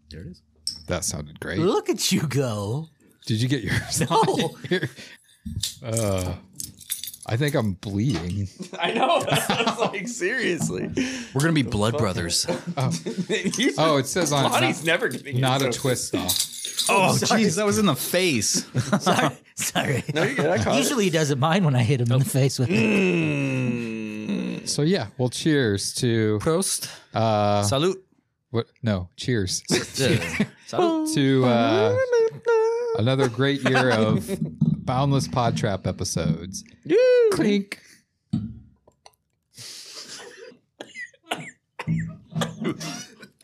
there it is. that sounded great. Look at you go. Did you get yours? No. Uh, I think I'm bleeding. I know. That's like seriously. We're going to be blood brothers. You- Oh, it says on Lonnie's it's never getting not, not a it, so- twist off. Oh, jeez, that was in the face. Sorry. Sorry. No, you good. I caught it. Usually he doesn't mind when I hit him in the face with it. Mm. So yeah, well, cheers to Prost. Oh. uh, Salute. what? No, cheers Yeah. Salute. to uh, another great year of boundless pod trap episodes. Clink.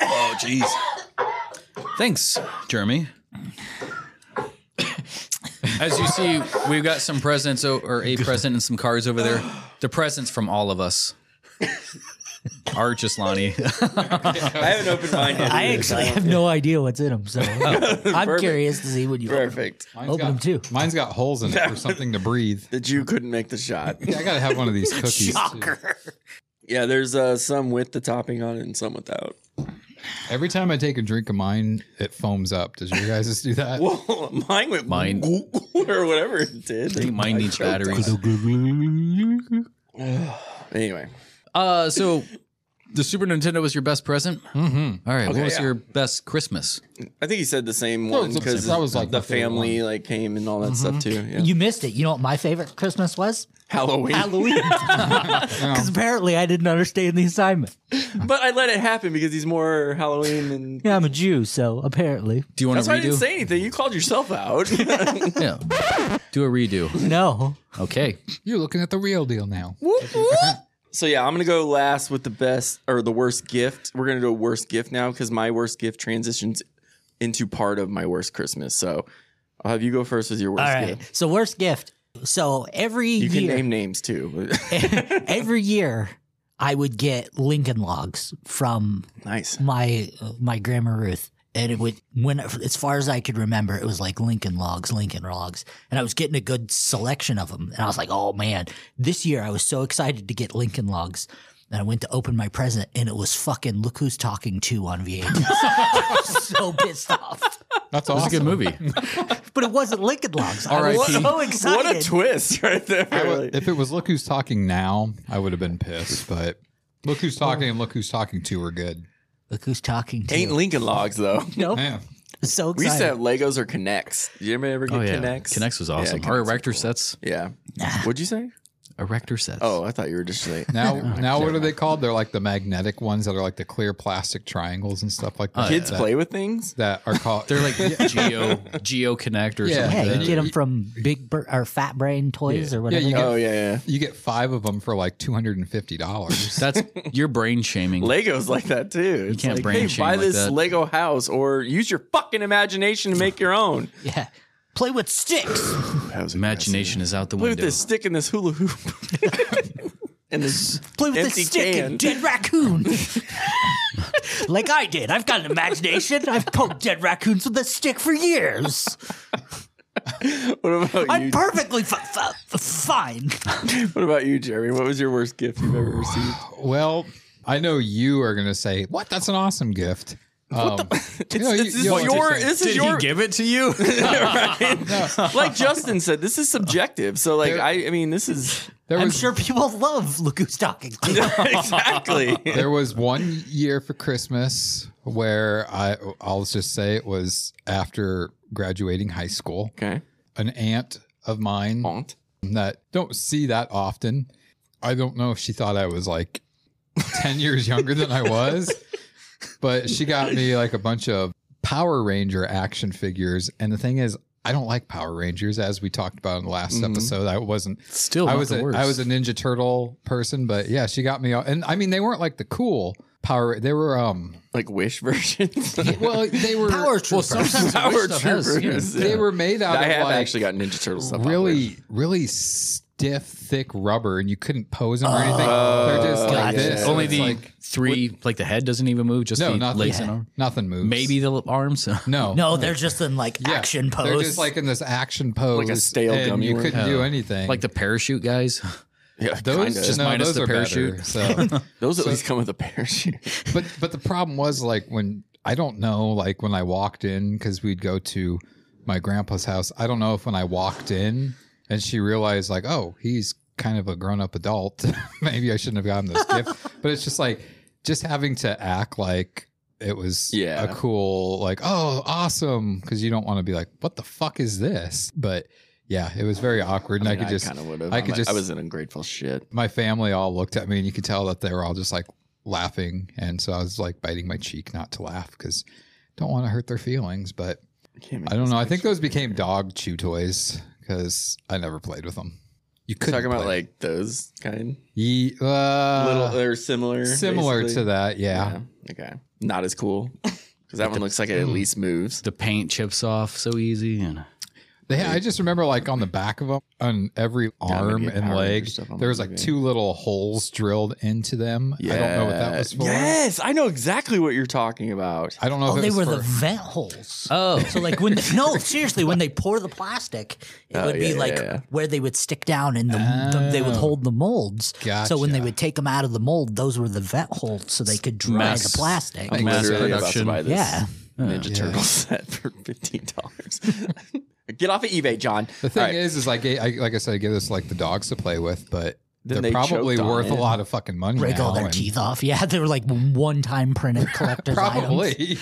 Oh, jeez. Thanks, Jeremy. As you see, we've got some presents o- or a present and some cards over there. The presents from all of us are just Lonnie. I have an open mind. I actually have no idea what's in them, so I'm Oh, Perfect. curious to see what you open. Perfect. Mine's Open got- them too. Mine's got holes in it for something to breathe. The Jew couldn't make the shot. Yeah, I gotta have one of these cookies. Too. Shocker. Yeah, there's uh, some with the topping on it and some without. Every time I take a drink of mine, it foams up. Does your guys just do that? Well, mine went Mine- or whatever it did. I think mine needs batteries. Anyway, Uh, so The Super Nintendo was your best present. Mm-hmm. All right, Okay, what was yeah. your best Christmas? I think he said the same That one was the because same- that was, like, the my favorite Mm-hmm. family like came and all that stuff too. Yeah. You missed it. You know what my favorite Christmas was? Halloween. Halloween. Because apparently I didn't understand the assignment. but I let it happen because he's more Halloween and Yeah, I'm a Jew, so apparently. Do you want that's to why I didn't redo? say anything. You called yourself out. yeah, do a redo. No. Okay, You're looking at the real deal now. so yeah, I'm gonna go last with the best or the worst gift. We're gonna do worst gift now because my worst gift transitions into part of my worst Christmas. So I'll have you go first with your worst All right. gift. So worst gift. So every You can year, name names too. every year, I would get Lincoln logs from nice. my uh, my grandma Ruth, and it would when as far as I could remember, it was like Lincoln logs, Lincoln logs, and I was getting a good selection of them, and I was like, oh man, this year I was so excited to get Lincoln logs. And I went to open my present, and it was fucking look who's talking to on VHS. so pissed off, That's it awesome. was a good movie. but it wasn't Lincoln Logs. I R.I.P.. was so What excited. a twist right there. I would- if it was Look Who's Talking Now, I would have been pissed, but Look Who's Talking and Look Who's Talking To are good. look who's talking to. Ain't Lincoln Logs though. nope. Yeah. So We used to have excited. Legos or Connects. Did you ever ever get Oh yeah, Connects? Connects was Yeah, awesome. Kinects Our were erector cool. sets. Yeah. Nah. What'd you say? Erector sets. Oh, I thought you were just like Now, now what are they called? They're like the magnetic ones that are like the clear plastic triangles and stuff like that. kids that, play with things. that are called. they're like Geo Geo Connect or Yeah. something. Yeah, like you that. get them from Big Bur- or Fat Brain Toys Yeah. or whatever. you they're get- Oh yeah, yeah. you get five of them for like two hundred and fifty dollars. That's your brain shaming. Legos like that too. You can't like, brain hey, shame buy like this that. Lego house or use your fucking imagination to make your own. Yeah. Play with sticks. That was Imagination is out the Play window. with this stick and this hula hoop. and this Play with Empty the stick can. and dead raccoon. like I did. I've got an imagination. I've poked dead raccoons with a stick for years. what about I'm you? perfectly f- f- fine. what about you, Jerry? What was your worst gift you've ever received? well, I know you are going to say, "What? That's an awesome gift." Um, What It's, this is your. This is Did your. he give it to you? Like Justin said, this is subjective. So, like, There- I, I mean, this is there I'm was sure people love Lagoose talking. exactly. there was one year for Christmas where I I'll just say it was after graduating high school. Okay. Oh. An aunt of mine Bonked. that don't see that often. I don't know if she thought I was like 10 years younger than I was, but she got me like a bunch of Power Ranger action figures. And the thing is, I don't like Power Rangers, as we talked about in the last episode. I wasn't. Still, I not was the a, worst. I was a Ninja Turtle person, but yeah, she got me. all- And I mean, they weren't like the cool Power. They were um. like wish versions. Well, they were. Power Troopers. well, sometimes the Power worst stuff has, yeah. Troopers. They were made out I of have like actually got Ninja Turtle stuff. out there. really, really stiff, thick rubber, and you couldn't pose them or anything. Oh, They're just like Gotcha. this. so Only it's the like, three, like the head doesn't even move, just no, the nothing, legs and arm. nothing moves. Maybe the arms. no, No, they're just in like Yeah. action pose. They're just like in this action pose, Like a stale and gummy You worm. couldn't do anything. like the parachute guys. Yeah, those, kinda. just no, minus those the are parachute. Better, so. those at least come with a parachute. but but the problem was like when I don't know like when I walked in because we'd go to my grandpa's house. I don't know if when I walked in and she realized like oh he's kind of a grown up adult. Maybe I shouldn't have gotten this gift. But it's just like just having to act like it was Yeah. a cool like oh awesome because you don't want to be like what the fuck is this but. Yeah, it was very awkward, and I, mean, could just kind of would have. I could just I was an ungrateful shit. my family all looked at me and you could tell that they were all just like laughing and so i was like biting my cheek not to laugh because don't want to hurt their feelings but can't i don't know i think those became dog chew toys because i never played with them you could Talking about like those kind, ye- uh, little they're similar, similar basically. to that yeah, Okay, not as cool because that one looks like it Hmm. at least moves. The paint chips off so easy, and They, I just remember like on the back of them, on every I'm gonna arm get and Power Ranger leg, stuff on there my was like TV. two little holes drilled into them. I don't know what that Yeah. was for. Yes, I know exactly what you're talking about. I don't know oh, if it they was were for, the vent holes. oh, So like when they, no seriously when they pour the plastic it Oh, would yeah, be yeah, like yeah. where they would stick down and the, the- they would hold the molds. So when they Gotcha. would take them out of the mold, those were the vet holes so they could dry Mass- the plastic. Like I'm mass literally production. about to buy this Yeah. Ninja Turtle set for fifteen dollars. Get off of eBay, John. The thing All right. is, is like I, like I said, I give this like the dogs to play with, but Then They're they probably choked on worth a it. lot of fucking money. break all now, their and- teeth off. Yeah, they were like one-time printed collectors. Probably. items.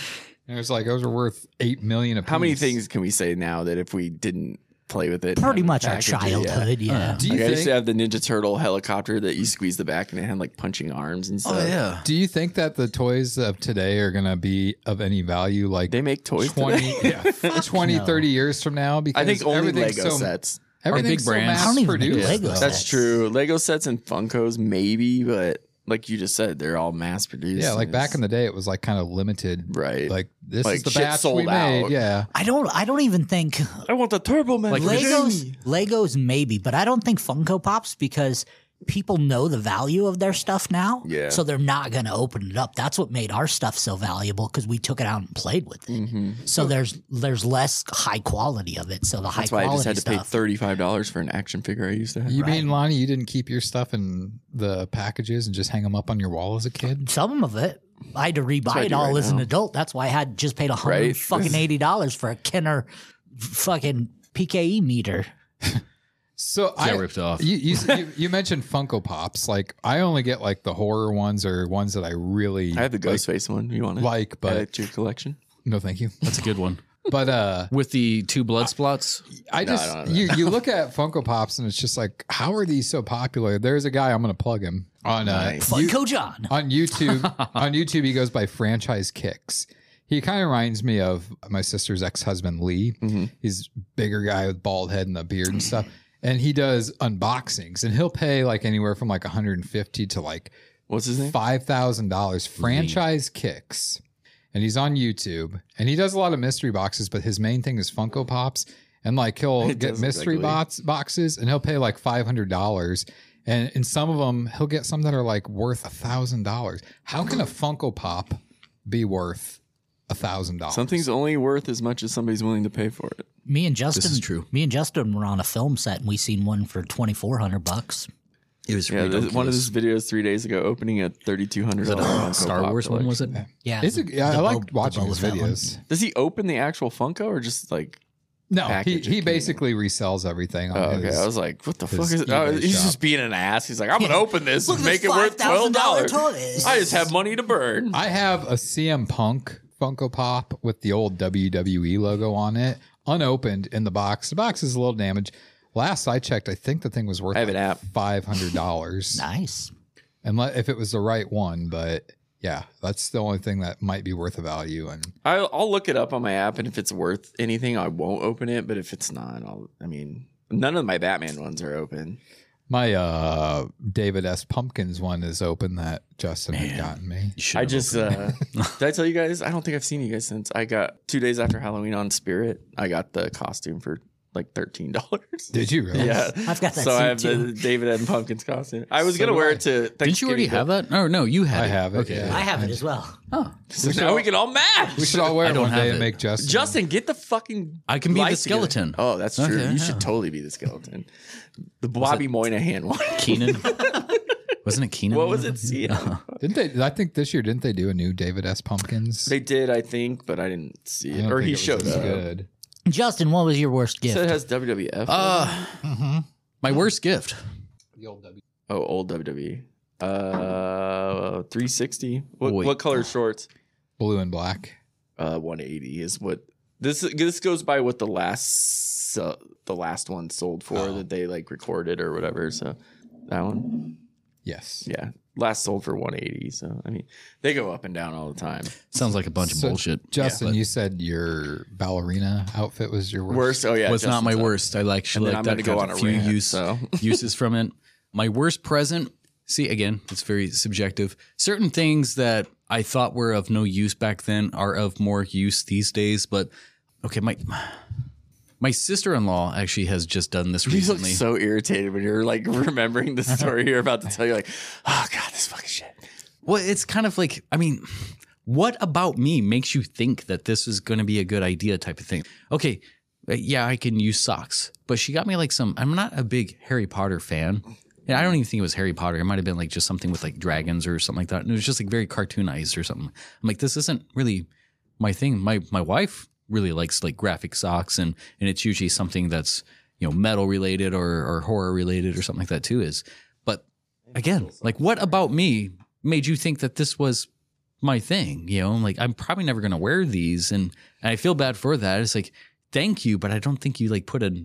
And it was like those are worth eight million a piece. How many things can we say now that if we didn't play with it, and pretty have it much our packaged, yeah. childhood. Yeah, Do you Like, I used think to have the Ninja Turtle helicopter that you squeeze the back and it had like punching arms and Oh, stuff. yeah. do you think that the toys of today are gonna be of any value like They make toys. 20, today? yeah, 20 no. 30 years from now? Because I think only everything's Lego so, Oh. sets. Everything's big so brands. mass I don't even produced, do Lego though. sets. That's true. Lego sets and Funkos, maybe, but like you just said, they're all mass produced. Yeah, like back in the the day, it was like kind of limited. right. Like this Like, is the shit batch sold we made. out. Yeah, I don't. I don't even think I want the Turbo Man. Like, Legos. Legos maybe, but I don't think Funko Pops because people know the value of their stuff now. Yeah. So they're not going to open it up. That's what made our stuff so valuable because we took it out and played with it. hmm So there's there's less high quality of it. So the high That's why I quality just had to pay stuff. thirty five dollars for an action figure I used to have. you Right. mean Lonnie, you didn't keep your stuff in the packages and just hang them up on your wall as a kid? Some of it. I had to what I rebuy it do all right as an now. adult. That's why I had just paid a hundred Right? fucking eighty dollars for a Kenner fucking PKE meter. So I I ripped off. You, you, you, you mentioned Funko Pops. Like I only get like the horror ones or ones that I really I have the like, Ghostface one. You want to like, add but it to your collection? no, thank you. That's a good one. But uh, With the two blood spots. I No, I just don't know you you look at Funko Pops and it's just like, how are these so popular? There's a guy I'm gonna plug him on uh, Nice. you- Funko John. on YouTube. on YouTube, he goes by franchise kicks. He kind of reminds me of my sister's ex husband Lee. Mhm. He's a bigger guy with bald head and a beard and stuff. And he does unboxings, and he'll pay like anywhere from like 150 to like What's his name? five thousand dollars franchise kicks, and he's on YouTube and he does a lot of mystery boxes, but his main thing is Funko Pops, and like he'll It get does look mystery ugly. bots boxes and he'll pay like five hundred dollars, and in some of them he'll get some that are like worth a thousand dollars. How can a Funko Pop be worth a thousand dollars? Something's only worth as much as somebody's willing to pay for it. Me and Justin, is true. Me and Justin were on a film set, and we seen one for twenty four hundred bucks. It was Yeah, this, one of ridiculous. his videos three days ago, opening a thirty two hundred dollars uh, Star Wars one was it? Yeah, It's a, yeah, I the like Bo- watching the his Boba Fett one. videos. Does he open the actual Funko or just like? No, he, Package it he came. basically resells everything. On Oh, okay, his- I was like, what the his fuck is? Oh, eBay he's shop. just being an ass. He's like, I'm gonna open this Look and at make it this worth twelve $5,000 dollars. toy. I just have money to burn. I have a CM Punk Funko Pop with the old WWE logo on it, unopened in the box. The box is a little damaged. Last I checked, I think the thing was worth I have an app. five hundred dollars, Nice. and if it was the right one. But yeah, that's the only thing that might be worth a value. And I'll, I'll look it up on my app, and if it's worth anything, I won't open it. But if it's not, I'll. I mean, none of my Batman ones are open. my uh, David S. Pumpkins one is open that Justin had gotten me. You should I have just opened uh, did I tell you guys? I don't think I've seen you guys since I got two days after Halloween on Spirit. I got the costume for like thirteen dollars. Did you really? Yeah. I've got that So I suit have too. the David Ed and Pumpkins costume. I was So gonna do wear I. it to. it. Didn't you already have that? Oh no, you had. I have it, Okay. yeah. I have it as well. So now we can all match. We should all wear I it don't one have day it. and make Justin. Justin, get the fucking. I can be the life together. skeleton. Oh, that's true. Okay, you should yeah. totally be the skeleton. The Bobby Moynihan one. Keenan. Wasn't it Keenan? what was it? See, didn't they? I think this year didn't they do a new David S. Pumpkins? they did, I think, but I didn't see I it. don't Or think he it was showed as up. Good. Justin, what was your worst So it gift? has WWF. Ah. Uh, Mm-hmm. my worst gift. oh, old WWE. Uh, 360. What, Wait. what color shorts? Blue and black. Uh, 180 is what this this goes by what the last uh, the last one sold for Oh. that they like recorded or whatever. So that one, Yes. yeah, last sold for 180. So I mean, they go up and down all the time. Sounds like a bunch So, of bullshit. Justin, but you said your ballerina outfit was your worst. Worst. Oh yeah, was not Justin's my up. worst. I like. She And then liked I'm that gonna go got on a few rant, use- so. uses from it. My worst present. See again, it's very subjective. Certain things that I thought were of no use back then are of more use these days. But okay, my my sister in law actually has just done this You look recently. so irritated when you're like remembering the story you're about to tell. You're like, oh god, this fucking shit. Well, it's kind of like, I mean, what about me makes you think that this is going to be a good idea type of thing? Okay, uh, yeah, I can use socks, but she got me like some, I'm not a big Harry Potter fan. And I don't even think it was Harry Potter. It might have been like just something with like dragons or something like that. And it was just like very cartoonized or something. I'm like, this isn't really my thing. My my wife really likes like graphic socks and and it's usually something that's you know metal related or or horror related or something like that too. Is but again, like what about me made you think that this was my thing? You know, I'm like, I'm probably never gonna wear these and, and I feel bad for that. It's like, thank you, but I don't think you like put a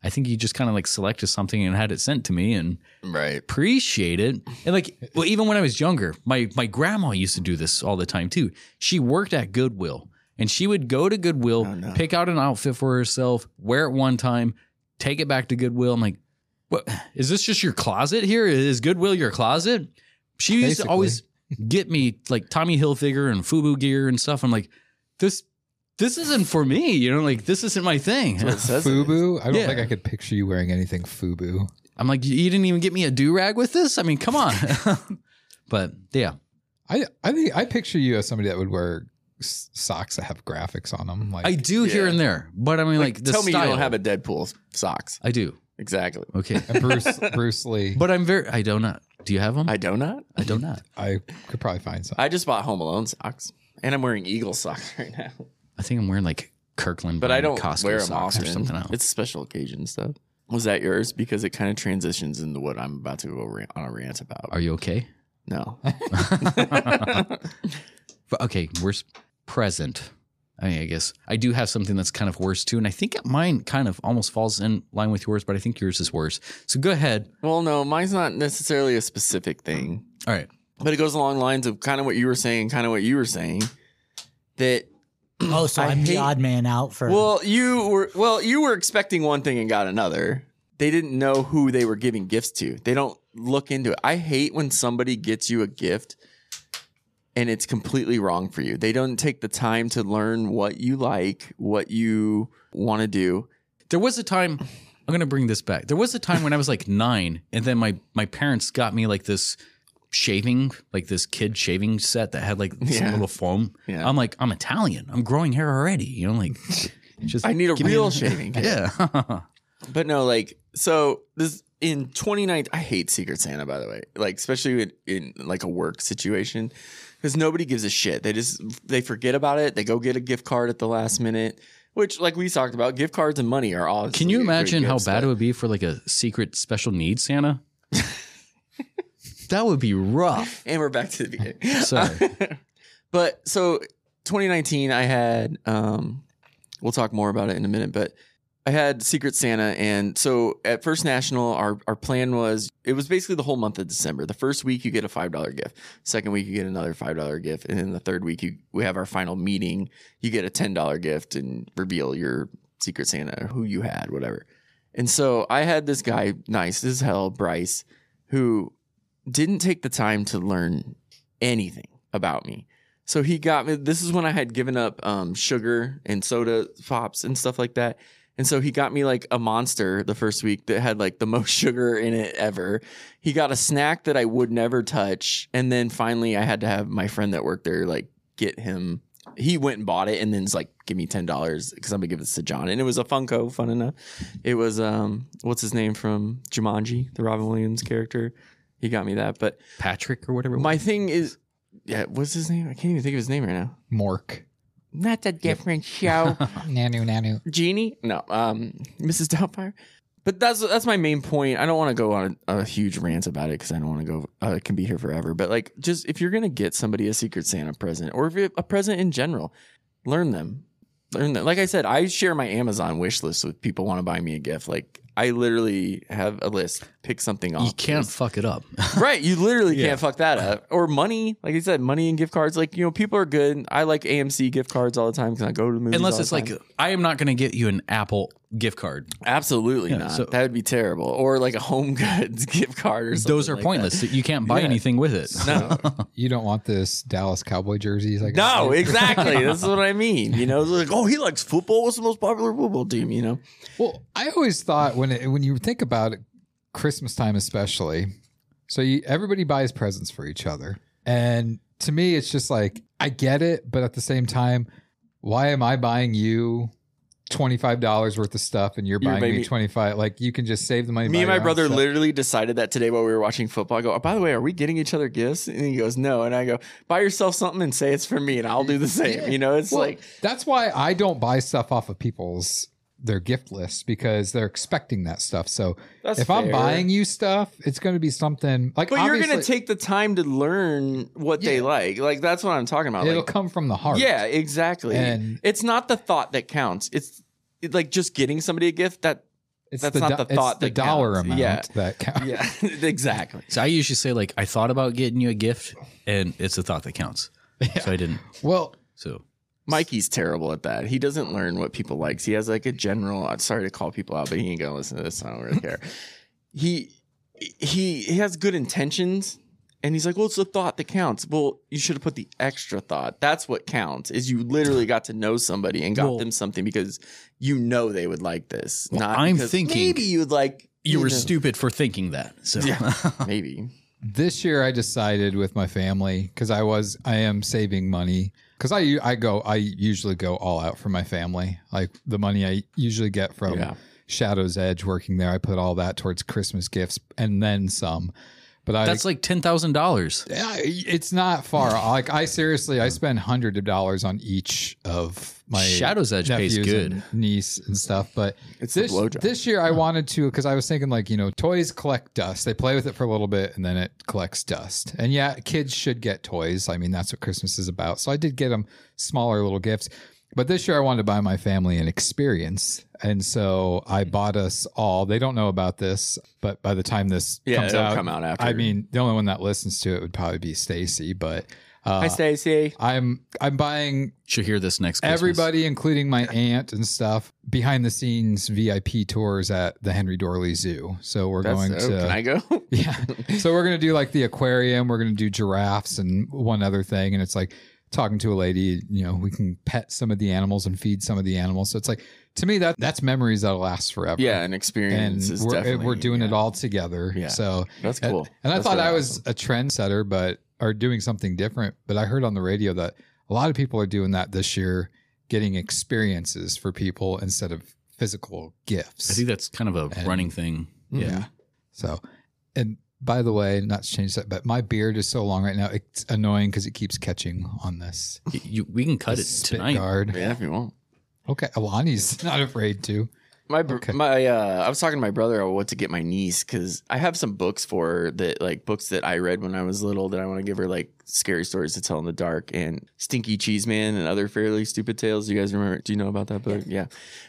I think you just kind of like selected something and had it sent to me and Right. appreciate it. And like, well, even when I was younger, my my grandma used to do this all the time too. She worked at Goodwill, and she would go to Goodwill, Oh, no. pick out an outfit for herself, wear it one time, take it back to Goodwill. I'm like, what is this? Just your closet here? Is Goodwill your closet? She used to Basically. always get me like Tommy Hilfiger and FUBU gear and stuff. I'm like, this this isn't for me. You know, like this isn't my thing. That's what it says. it is. Fubu. I don't Yeah. think I could picture you wearing anything Fubu. I'm like, you you didn't even get me a do rag with this. I mean, come on. but yeah, I I think I picture you as somebody that would wear s- socks that have graphics on them. Like I do here Yeah. and there, but I mean, like, Like, the tell me you style- don't have a Deadpool socks. I do. Exactly. Okay, and Bruce Bruce Lee. but I'm very. I do not. Do you have them? I I, do not. do not. I could probably find some. I just bought Home Alone socks, and I'm wearing Eagle socks right now. I think I'm wearing like Kirkland, But I don't Costco wear them socks often. or something else. It's special occasion stuff. Was that yours? Because it kind of transitions into what I'm about to go ra- on a rant about. Are you okay? no. But, okay, worst present. I mean, I guess I do have something that's kind of worse too, and I think mine kind of almost falls in line with yours, but I think yours is worse. So go ahead. well, no, mine's not necessarily a specific thing. All right. but it goes along the lines of kind of what you were saying, kind of what you were saying. That Oh, so I I am hate- the odd man out for. well, you were well, you were expecting one thing and got another. They didn't know who they were giving gifts to. They don't look into it. I hate when somebody gets you a gift and it's completely wrong for you. They don't take the time to learn what you like, what you want to do. There was a time I'm gonna bring this back. There was a time when I was like nine, and then my my parents got me like this shaving, like this kid shaving set that had like some Yeah. little foam. Yeah. I'm like, I'm Italian. I'm growing hair already. You know, like just I need a give me real shaving. kit. Yeah. But no, like so this in 2019. I hate Secret Santa, by the way. Like especially in, in like a work situation, because nobody gives a shit. They just they forget about it. They go get a gift card at the last minute, which like we talked about, gift cards and money are all. Can you imagine how bad it would be for like a secret special needs Santa? that would be rough. And we're back to the beginning. Sorry. but so 2019, I had. um We'll talk more about it in a minute, but I had Secret Santa, and so at First National, our our plan was it was basically the whole month of December. The first week you get a five dollar gift, second week you get another five dollar gift, and then the third week you we have our final meeting. You get a ten dollar gift and reveal your Secret Santa, who you had, whatever. And so I had this guy, nice as hell, Bryce, who didn't take the time to learn anything about me. So he got me. This is when I had given up um, sugar and soda pops and stuff like that. And so he got me like a monster the first week that had like the most sugar in it ever. He got a snack that I would never touch. And then finally, I had to have my friend that worked there like get him. He went and bought it and then's like, give me $10 because I'm going to give this to John. And it was a Funko, fun enough. It was, um, what's his name from Jumanji, the Robin Williams character. He got me that. But Patrick or whatever. it was. my thing is, yeah, what's his name? I can't even think of his name right now. Mork. Not a different show. Nanu nanu. Genie? No, um, Mrs. Doubtfire. But that's that's my main point. I don't want to go on a, a huge rant about it because I don't want to go. Uh, it can be here forever. But like, just if you're gonna get somebody a Secret Santa present or if you, a present in general, learn them. Learn them. Like I said, I share my Amazon wish list with people want to buy me a gift. Like I literally have a list. Pick something off. you can't please. fuck it up. Right. You literally Yeah. can't fuck that up. Or money. Like I said, money and gift cards. Like, you know, people are good. I like AMC gift cards all the time because I go to the movies. all Unless the it's like, time. I am not going to get you an Apple gift card. absolutely Yeah, not. so- that would be terrible. Or like a home goods gift card or something. Those are like pointless. You can't buy Yeah. anything with it. that. No. You don't want this Dallas Cowboy jerseys? I guess. no, exactly. This is what I mean. You know, it's like, oh, he likes football. What's the most popular football team? You know? Well, I always thought when it, when you think about it, Christmas time especially, so you, everybody buys presents for each other, and to me, it's just like I get it, but at the same time, why am I buying you? $25 worth of stuff and you're You're buying maybe- me 25 like you can just save the money Me buy and my your own brother stuff. literally decided that today while we were watching football. I go, oh, by the way, are we getting each other gifts? And he goes, no. And I go, buy yourself something and say it's for me and I'll do the same. Yeah. You know, it's Well, like, that's why I don't buy stuff off of people's their gift lists because they're expecting that stuff. So That's if I'm fair. buying you stuff, it's going to be something like. But you're gonna obviously, take the time to learn what they Yeah. like. Like that's what I'm talking about. It'll Like, come from the heart. Yeah, exactly. And- it's not the thought that counts. It's it, like just getting somebody a gift that it's That's the not do- the thought It's the that dollar counts. amount Yeah. that counts. yeah, exactly. So I usually say like I thought about getting you a gift, and it's the thought that counts. So I didn't. Well, So Mikey's terrible at that. He doesn't learn what people likes. He has like a general. I'm sorry to call people out, but he ain't gonna listen to this. I don't really care. He he he has good intentions, and he's like, well, it's the thought that counts. Well, you should have put the extra thought. That's what counts. Is you literally got to know somebody and got Well- them something because you know they would like this. Well, not I'm because thinking maybe you would like you were know, stupid for thinking that. So Yeah. Maybe this year I decided with my family because I was I am saving money because I I go I usually go all out for my family like the money I usually get from Yeah. Shadow's Edge working there I put all that towards Christmas gifts and then some but I that's like ten thousand dollars. Yeah, it's not far like I seriously I spend hundreds of dollars on each of my Shadow's Edge pays nephews good. and niece and stuff but it's this, the blowjob. this year I wanted to because I was thinking like you know toys collect dust. They play with it for a little bit and then it collects dust. And yeah, kids should get toys. I mean that's what Christmas is about. So I did get them smaller little gifts. But this year I wanted to buy my family an experience, and so I bought us all. They don't know about this, but by the time this yeah, comes it'll out, come out after. I mean the only one that listens to it would probably be Stacy. But uh, hi Stacy. I'm I'm buying Should hear this next. Christmas. everybody, including my aunt and stuff, behind the scenes VIP tours at the Henry Dorley Zoo. So we're That's going dope. to Can I go? yeah. So we're gonna do like the aquarium. We're gonna do giraffes and one other thing, and it's like talking to a lady. You know, we can pet some of the animals and feed some of the animals. So it's like to me that that's memories that'll last forever. yeah, an experience And is we're, definitely we're doing it yeah. all together. Yeah. So That's and- cool. And, I That's thought really I was awesome. a trendsetter, but or doing something different. But I heard on the radio that a lot of people are doing that this year, getting experiences for people instead of physical gifts. I think that's kind of a And- running thing. yeah. So, and by the way, not to change that, but my beard is so long right now. It's annoying because it keeps catching on this Y- You, we can cut this it spit tonight. guard. Yeah, if you want. Okay, Alani's not afraid to. My br- Okay. my uh, I was talking to my brother about what to get my niece because I have some books for her that like books that I read when I was little that I want to give her like scary stories to tell in the dark and Stinky Cheese Man and other fairly stupid tales. You guys remember? Do you know about that book? Yeah.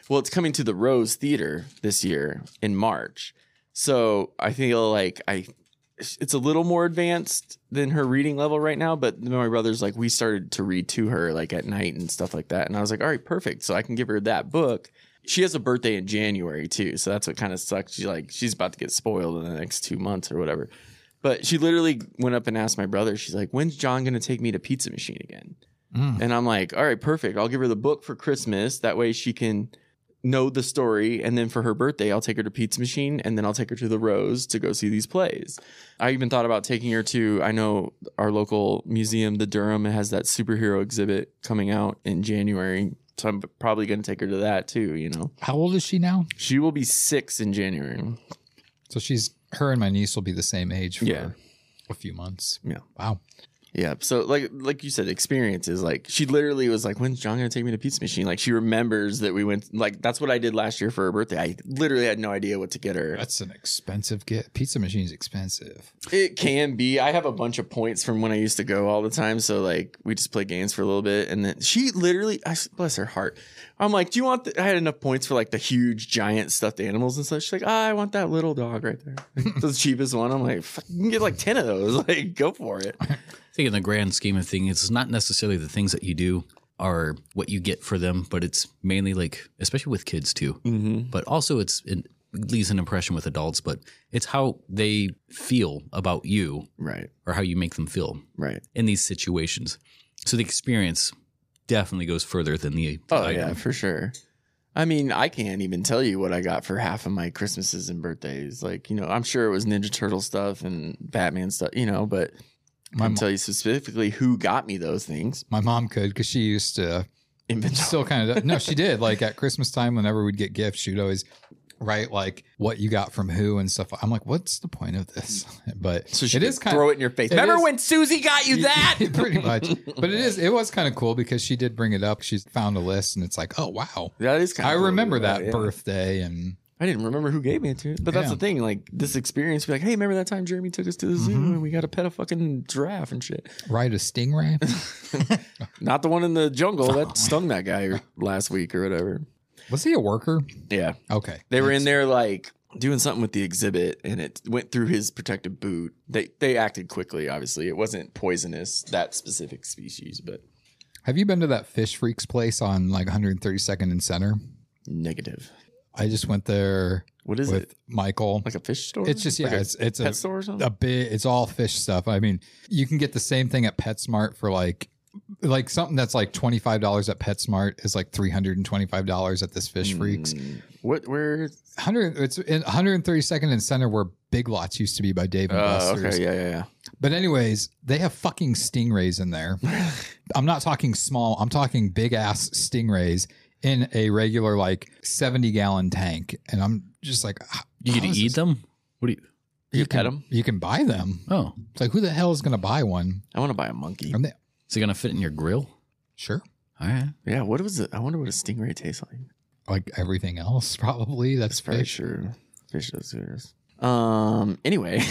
Well, it's coming to the Rose Theater this year in March, so I feel like I it's a little more advanced than her reading level right now but my brother's like we started to read to her like at night and stuff like that and i was like all right perfect so i can give her that book she has a birthday in january too so that's what kind of sucks she like she's about to get spoiled in the next two months or whatever but she literally went up and asked my brother she's like when's john going to take me to pizza machine again Mm. and i'm like all right perfect i'll give her the book for christmas that way she can know the story and then for her birthday i'll take her to pizza machine and then i'll take her to the rose to go see these plays I even thought about taking her to. I know our local museum, the Durham, has that superhero exhibit coming out in January. So I'm probably going to take her to that too. You know, How old is she now? she will be six in January. So she's her and my niece will be the same age for Yeah. a few months. Yeah. Wow. Yeah. So like like you said, experiences. Like she literally was like, "When's John going to take me to Pizza Machine?" Like she remembers that we went. Like that's what I did last year for her birthday. I literally had no idea what to get her. That's an expensive gift. Pizza machine's expensive. It can be. I have a bunch of points from when I used to go all the time. So like we just play games for a little bit, and then she literally, I bless her heart. I'm like, do you want? The, I had enough points for like the huge giant stuffed animals and such. She's like, ah, I want that little dog right there. the cheapest one. I'm like, Fuck, you can get like ten of those. Like, go for it. I think in the grand scheme of things, it's not necessarily the things that you do are what you get for them, but it's mainly like, especially with kids too. Mm-hmm. But also, it's it leaves an impression with adults, but it's how they feel about you Right. or how you make them feel Right. in these situations. So the experience definitely goes further than the. the Oh item. yeah, for sure. I mean, I can't even tell you what I got for half of my Christmases and birthdays. Like, you know, I'm sure it was Ninja Turtle stuff and Batman stuff, you know, but I My can mo- tell you specifically who got me those things. My mom could because she used to Inventory. still kind of no, she did. Like at Christmas time, whenever we'd get gifts, she'd always right? Like what you got from who and stuff. I'm like, what's the point of this? But So she it is kind throw of it in your face. it Remember is- when Susie got you that? pretty much. But it is it was kind of cool because she did bring it up. She found a list and it's like, oh wow. that is kind I of. remember that birthday and I didn't remember who gave me it to. But that's Yeah. the thing. Like this experience, be like, hey, remember that time Jeremy took us to the zoo Mm-hmm. and we got to pet a fucking giraffe and shit. ride a stingray. Not the one in the jungle that stung that guy last week or whatever. Was he a worker? Yeah, Okay. they were in there like doing something with the exhibit, and it went through his protective boot. They they acted quickly. Obviously, it wasn't poisonous that specific species, but Have you been to that fish freaks place on like 132nd and Center? negative. I just went there What is with it? Michael. Like a fish store? It's just yeah, Like a it's it's pet a, store or something. a bit. It's all fish stuff. I mean, you can get the same thing at PetSmart for like like something that's like twenty five dollars at PetSmart is like three hundred and twenty five dollars at this Fish Freaks. Mm. What? Where? Hundred it's in one hundred and thirty second and Center where Big Lots used to be by Dave and Uh, Buster's. okay. Yeah. Yeah. But anyways, they have fucking stingrays in there. I'm not talking small. I'm talking big ass stingrays in a regular like 70 gallon tank, and I'm just like, "H- You how get to is eat this- them? What do you? You pet 'em? You can buy them. Oh, It's like who the hell is gonna buy one? I want to buy a monkey. And they- is it gonna fit in your grill? sure, All right. Yeah. What was it? I wonder what a stingray tastes like. like everything else, probably that's That's pretty fish. sure. Fish does serious. Um. Anyway,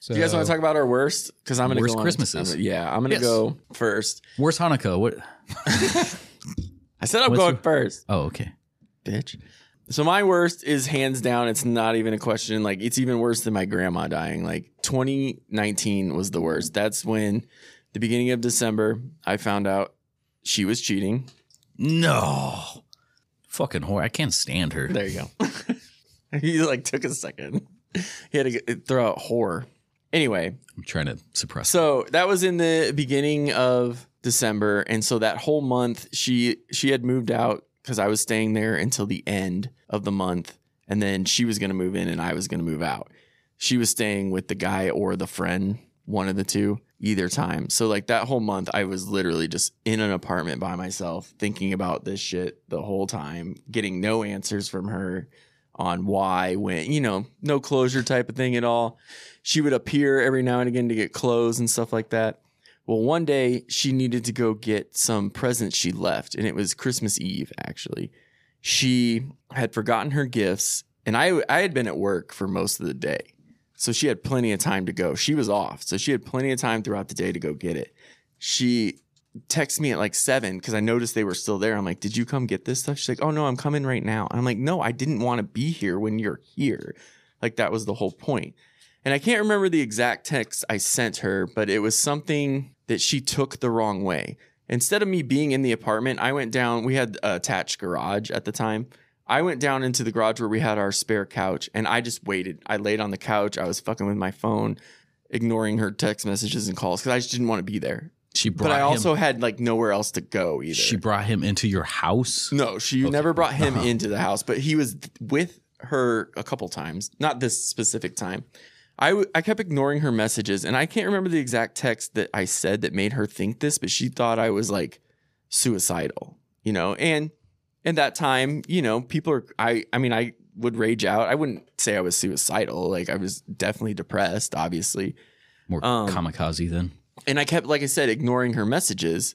So, do you guys want to talk about our worst? Because I'm gonna Worst go on- Christmases. I'm gonna- yeah, I'm gonna Yes. go first. Where's Hanukkah? What? I said I'm What's going your- first. Oh, okay. bitch. So my worst is hands down. It's not even a question. Like it's even worse than my grandma dying. Like 2019 was the worst. That's when the beginning of December I found out she was cheating. No. Fucking whore. I can't stand her. There you go. he like took a second. He had to get- throw out horror. Anyway, I'm trying to suppress it. so that was in the beginning of December, and so that whole month she she had moved out because I was staying there until the end of the month, and then she was going to move in and I was going to move out. She was staying with the guy or the friend, one of the two, either time. So like that whole month, I was literally just in an apartment by myself, thinking about this shit the whole time, getting no answers from her on why, when, you know, no closure type of thing at all she would appear every now and again to get clothes and stuff like that. Well, one day she needed to go get some presents she left, and it was Christmas Eve, actually. She had forgotten her gifts, and I, I had been at work for most of the day. So she had plenty of time to go. She was off. So she had plenty of time throughout the day to go get it. She texted me at like seven because I noticed they were still there. I'm like, Did you come get this stuff? She's like, Oh no, I'm coming right now. I'm like, No, I didn't want to be here when you're here. Like, that was the whole point. And I can't remember the exact text I sent her, but it was something that she took the wrong way. Instead of me being in the apartment, I went down. We had a attached garage at the time. I went down into the garage where we had our spare couch and I just waited. I laid on the couch. I was fucking with my phone, ignoring her text messages and calls because I just didn't want to be there. She brought But I also him. had like nowhere else to go either. She brought him into your house. No, she Okay. never brought him Uh-huh. into the house, but he was th- with her a couple times, not this specific time. I, w- I kept ignoring her messages, and I can't remember the exact text that I said that made her think this, but she thought I was like suicidal, you know? And in that time, you know, people are, I, I mean, I would rage out. I wouldn't say I was suicidal. Like, I was definitely depressed, obviously More Um, kamikaze then. and I kept, like I said, ignoring her messages.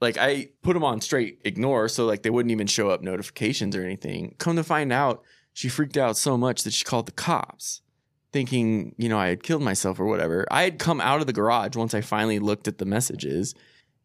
Like I put them on straight ignore, so like they wouldn't even show up notifications or anything. Come to find out, she freaked out so much that she called the cops, thinking you know I had killed myself or whatever. I had come out of the garage once I finally looked at the messages,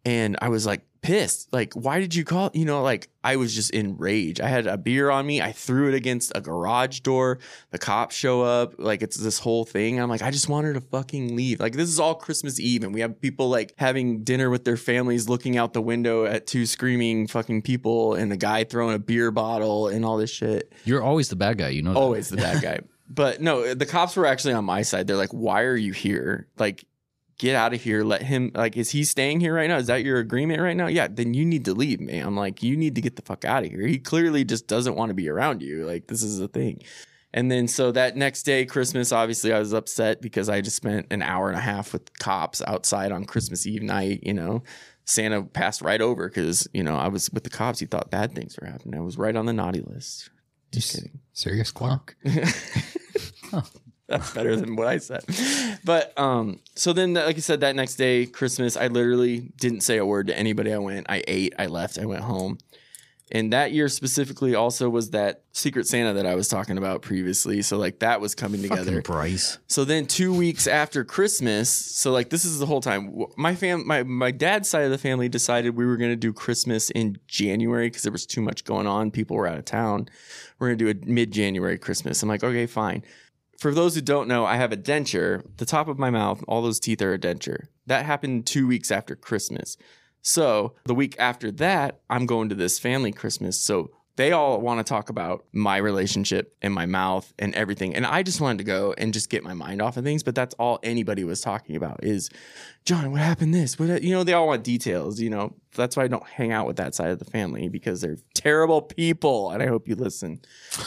and I was like pissed. Like, why did you call? You know, like I was just in rage. I had a beer on me. I threw it against a garage door. The cops show up. Like, it's this whole thing. I'm like, I just want her to fucking leave. Like, this is all Christmas Eve, and we have people like having dinner with their families, looking out the window at two screaming fucking people, and the guy throwing a beer bottle and all this shit You're always the bad guy, you know. that. always the bad guy. But no, the cops were actually on my side. They're like, "Why are you here? Like, get out of here. Let him. Like, is he staying here right now? Is that your agreement right now? Yeah. Then you need to leave, man. I'm like, you need to get the fuck out of here. He clearly just doesn't want to be around you. Like, this is a thing. And then so that next day, Christmas, obviously, I was upset because I just spent an hour and a half with cops outside on Christmas Eve night. You know, Santa passed right over because you know I was with the cops. He thought bad things were happening. I was right on the naughty list. Just Yes. kidding. Serious Clark. That's better than what I said. But um, so then, like I said, that next day, Christmas, I literally didn't say a word to anybody. I went, I ate, I left, I went home. And that year specifically also was that Secret Santa that I was talking about previously. So like that was coming together. Fucking Bryce. So then two weeks after Christmas, so like this is the whole time. w- My fam, my my dad's side of the family decided we were going to do Christmas in January because there was too much going on. People were out of town. We're going to do a mid January Christmas. I'm like, okay, fine. For those who don't know, I have a denture. The top of my mouth, all those teeth are a denture. That happened two weeks after Christmas. So the week after that, I'm going to this family Christmas. So they all want to talk about my relationship and my mouth and everything. And I just wanted to go and just get my mind off of things. But that's all anybody was talking about is, John, what happened this? What, you know, they all want details. You know, that's why I don't hang out with that side of the family because they're terrible people. And I hope you listen.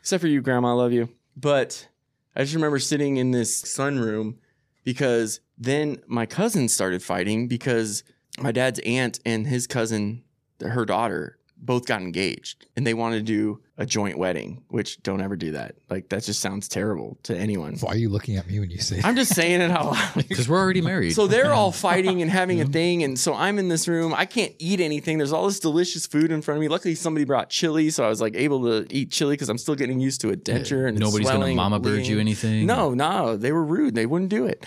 Except for you, Grandma, I love you. But I just remember sitting in this sunroom because then my cousin started fighting because my dad's aunt and his cousin, her daughter, both got engaged and they wanted to do a joint wedding, which don't ever do that. Like that just sounds terrible to anyone. Why are you looking at me when you say that? I'm just saying it out loud. Because we're already married. So they're all fighting and having a thing. And so I'm in this room. I can't eat anything. There's all this delicious food in front of me. Luckily, somebody brought chili. So I was like able to eat chili because I'm still getting used to a denture. And it's Nobody's going to swelling, mama bird you bleeding. anything. No, no, they were rude. They wouldn't do it.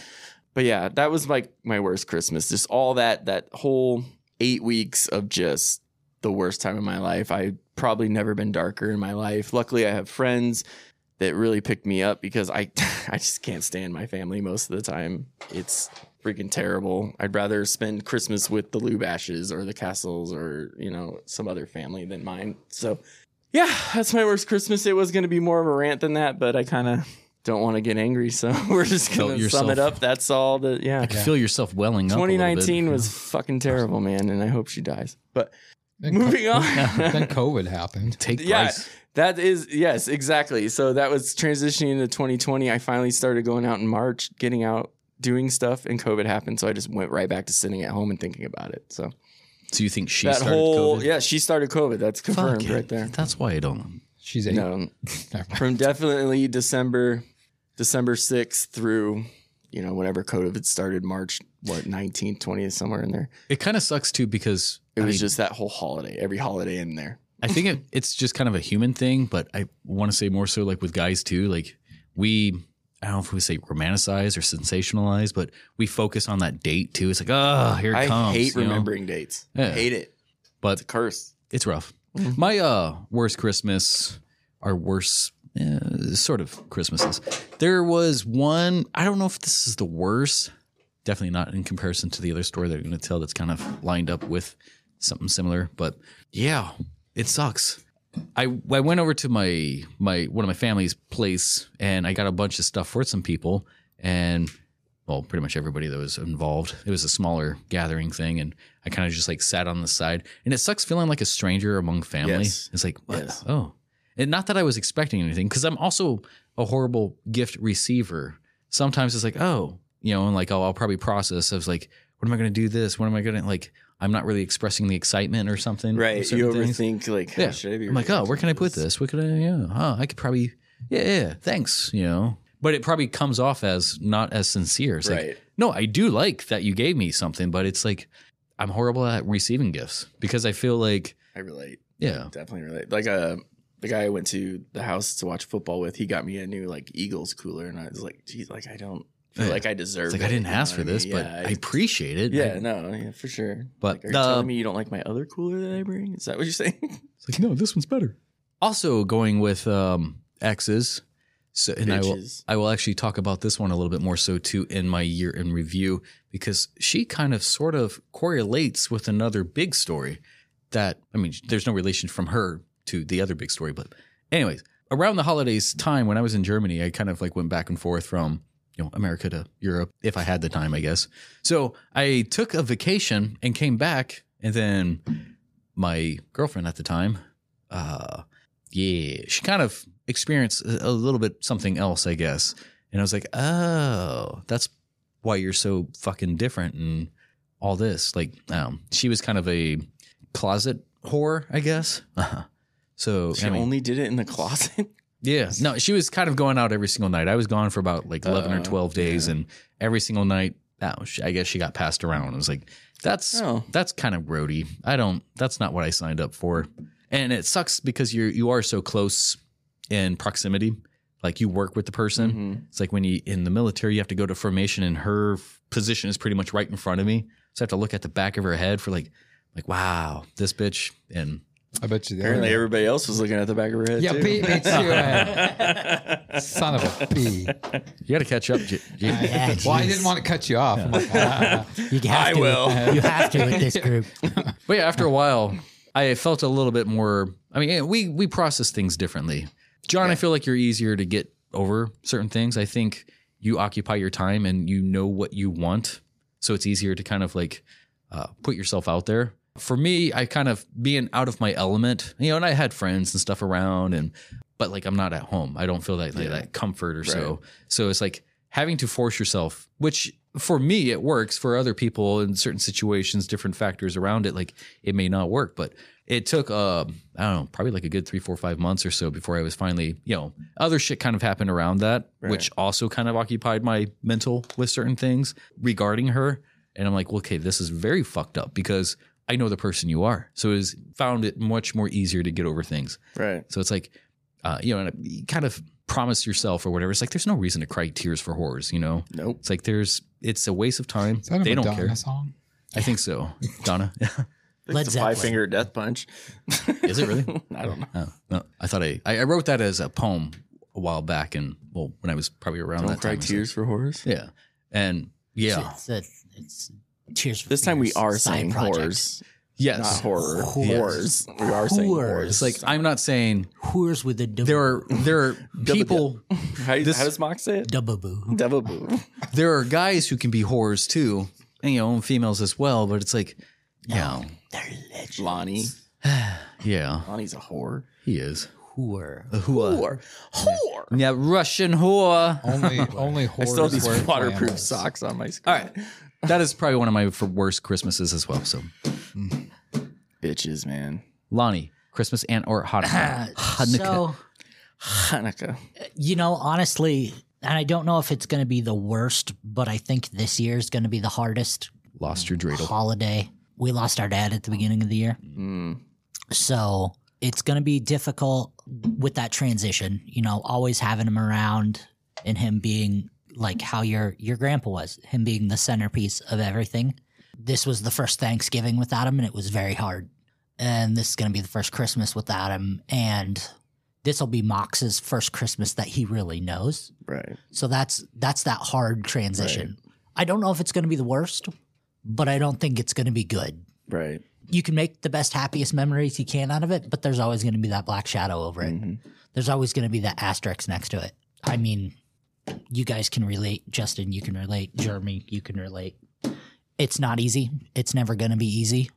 But yeah, that was like my worst Christmas. Just all that that whole eight weeks of just the worst time of my life. I probably never been darker in my life. Luckily, I have friends that really picked me up because I I just can't stand my family most of the time. It's freaking terrible. I'd rather spend Christmas with the Lubashes or the Castles or you know some other family than mine. So yeah, that's my worst Christmas. It was going to be more of a rant than that, but I kind of don't want to get angry, so we're just Felt going to sum yourself. it up. That's all. That yeah. I can feel yourself welling up. a little bit. 2019 was fucking terrible, man, and I hope she dies. But Then moving on. then COVID happened. Take Yeah. Bryce. That is yes, exactly. So that was transitioning into 2020. I finally started going out in March, getting out, doing stuff, and COVID happened. So I just went right back to sitting at home and thinking about it. So So you think she that started whole COVID? yeah, she started COVID. That's confirmed Fuck. right there. That's why um, I don't. She's eight. No, Never mind. from definitely December, December 6th through you know whenever COVID started, March what 19th, 20th, somewhere in there. It kind of sucks too because It I was mean, just that whole holiday, every holiday in there. I think it, it's just kind of a human thing, but I want to say more so like with guys too. Like we, I don't know if we say romanticize or sensationalize, but we focus on that date too. It's like, oh, here it I comes. hate you know? remembering dates. Yeah. Hate it. But It's a curse. it's rough. Mhm. My uh, worst Christmas, our worst eh, sort of Christmases. There was one. I don't know if this is the worst. Definitely not in comparison to the other story that I'm going to tell. That's kind of lined up with something similar. But yeah, it sucks. I I went over to my my one of my family's place and I got a bunch of stuff for some people and well pretty much everybody that was involved. It was a smaller gathering thing and I kind of just like sat on the side and it sucks feeling like a stranger among family. Yes. It's like what? Yes. oh and not that I was expecting anything because I'm also a horrible gift receiver. Sometimes it's like oh you know and like oh I'll probably process. I was like what am I going to do this? What am I going to like? I'm not really expressing the excitement or something. with Right. You certain things. overthink like Yeah. yeah. should I be I'm like, oh, reacting where can to I put this? Where could I? Yeah, huh, I could probably. Yeah, yeah, thanks. You know, but it probably comes off as not as sincere. It's like, Right. no, I do like that you gave me something, but it's like I'm horrible at receiving gifts because I feel like, I relate. yeah, Definitely relate. Like uh the guy I went to the house to watch football with, he got me a new like Eagles cooler and I was like, geez, like I don't feel Yeah. like I deserve it's like it, I didn't you know ask what for mean? this, but Yeah, I appreciate it. Yeah, I- Um, no, yeah, for sure. But Like, uh, are you the- telling me you don't like my other cooler that I bring? Is that what you're saying? it's like no, this one's better. Also, going with um, exes. So, and I will, Bitches. I will actually talk about this one a little bit more so too in my year in review because she kind of sort of correlates with another big story that I mean there's no relation from her to the other big story but anyways around the holidays time when I was in Germany I kind of like went back and forth from you know America to Europe if I had the time I guess so I took a vacation and came back and then my girlfriend at the time uh yeah, she kind of experienced a a little bit something else, I guess. And I was like, oh, that's why you're so fucking different and all this. Like, um, she was kind of a closet whore, I guess. So She I mean, only did it in the closet. yeah, no, she was kind of going out every single night. I was gone for about like eleven or Uh, twelve days, yeah. and every single night, that was, I guess she got passed around. I was like, that's Oh, that's kind of grody. I don't. That's not what I signed up for, and it sucks because you're you are so close in proximity. Like you work with the person. Mhm. It's like when you in the military, you have to go to formation, and her f- position is pretty much right in front of me. So I have to look at the back of her head for like, like wow, this bitch. And I bet you. the apparently other- everybody else was looking at the back of her head. Yeah, too. beat me to Son of a bee. you got to catch up. J- J- Yeah, well, I jeez. didn't want to cut you off. I'm like, ah. You have I to. uh, will. You have to with this group. But yeah, after a while, I felt a little bit more. I mean, yeah, we we process things differently. John, I feel like you're easier to get over certain things. I think you occupy your time and you know what you want, so it's easier to kind of like uh, put yourself out there. For me, I kind of being out of my element, you know, and I had friends and stuff around, and but like I'm not at home. I don't feel that like, Yeah. that comfort or so. So it's like having to force yourself, which for me it works. For other people in certain situations, different factors around it, like it may not work. But it took uh, I don't know, probably like a good three, four, five months or so before I was finally, you know, other shit kind of happened around that, Right. which also kind of occupied my mental with certain things regarding her. And I'm like, well, okay, this is very fucked up because I know the person you are. So it's found it much more easier to get over things. Right. So it's like, uh, you know, and you kind of promise yourself or whatever. It's like there's no reason to cry tears for whores. You know, Nope. it's like there's it's a waste of time. Is that a they don't Madonna care. song? I think so, Donna. Led It's a five Zeppelin. finger death punch. Is it really? I don't know. oh, no, I thought I, I I wrote that as a poem a while back, and well, when I was probably around Don't that cry time. so- tears for horrors. Yeah, and yeah, It's, it's, it's cheers. For This time we Fears are side saying project. horrors, not yes. horror. Whores. Whores. We are saying Whores. horrors. It's like I'm not saying Whores with a there are there are people how, how does Mock say it? Dubaboo. Devil boo. there are guys who can be whores too, and you know, and females as well. But it's like, Oh. yeah, They're legends. Lonnie. yeah, Lonnie's a whore. he is. Whore. A whore. Whore. Yeah, Russian whore. Only, only I horrors. still have these wear waterproof flannels. socks on my screen. All right. That is probably one of my for worst Christmases as well. So, Bitches, man. Lonnie, Christmas and or Hanukkah. Hanukkah. So, Hanukkah. you know, honestly, and I don't know if it's going to be the worst, but I think this year is going to be the hardest Lost your dreidel. holiday. We lost our dad at the beginning of the year. Mm. So it's going to be difficult with that transition, you know, always having him around and him being like how your your grandpa was, him being the centerpiece of everything. This was the first Thanksgiving without him and it was very hard. And this is going to be the first Christmas without him and this will be Mox's first Christmas that he really knows. Right. So that's that's that hard transition. I don't know if it's going to be the worst, but I don't think it's going to be good Right. you can make the best happiest memories you can out of it, but there's always going to be that black shadow over it. Mhm. There's always going to be that asterisk next to it. I mean, you guys can relate, Justin, you can relate, Jeremy, you can relate. It's not easy. It's never going to be easy,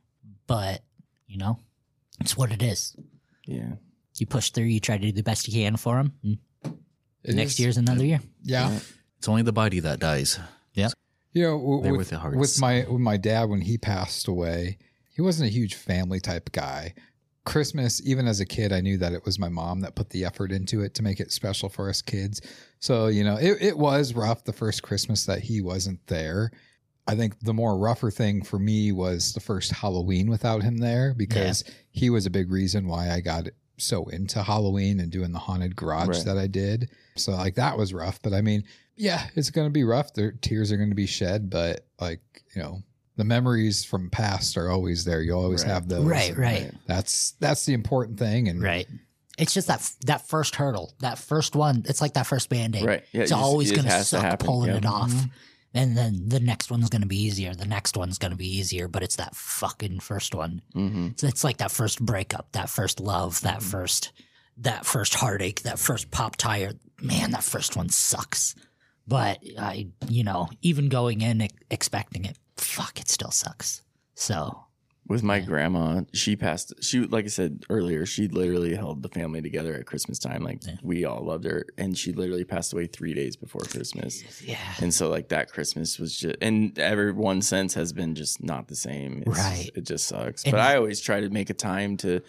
but you know, it's what it is. Yeah. You push through, you try to do the best you can for them. It Next is- year's another year. Yeah. It's only the body that dies. You know, w- They're with, with the hearts. with my with my dad when he passed away, he wasn't a huge family type guy. Christmas, even as a kid, I knew that it was my mom that put the effort into it to make it special for us kids. So, you know, it, it was rough the first Christmas that he wasn't there. I think the more rougher thing for me was the first Halloween without him there because he was a big reason why I got so into Halloween and doing the haunted garage Right. that I did. So, like, that was rough. But I mean, yeah, it's going to be rough. Their tears are going to be shed, but like, you know, the memories from past are always there. You'll always Right. have those. Right, right, Right. That's that's the important thing. And right. It's just that that first hurdle, that first one. It's like that first band aid. Right. Yeah. it's you just- always it going to has suck happen. pulling Yeah. it off. And then the next one's going to be easier. The next one's going to be easier, but it's that fucking first one. Mhm. It's, it's like that first breakup, that first love, that first that first heartache, that first pop tire. Man, that first one sucks. But I, you know, even going in e- expecting it, fuck, it still sucks. So With my grandma, she passed. She, like I said earlier, she literally held the family together at Christmas time. Like Yeah. we all loved her, and she literally passed away three days before Christmas. yeah, And so, like that Christmas was just, and everyone since has been just not the same. It's- Right. It just sucks. And- but I always try to make a time to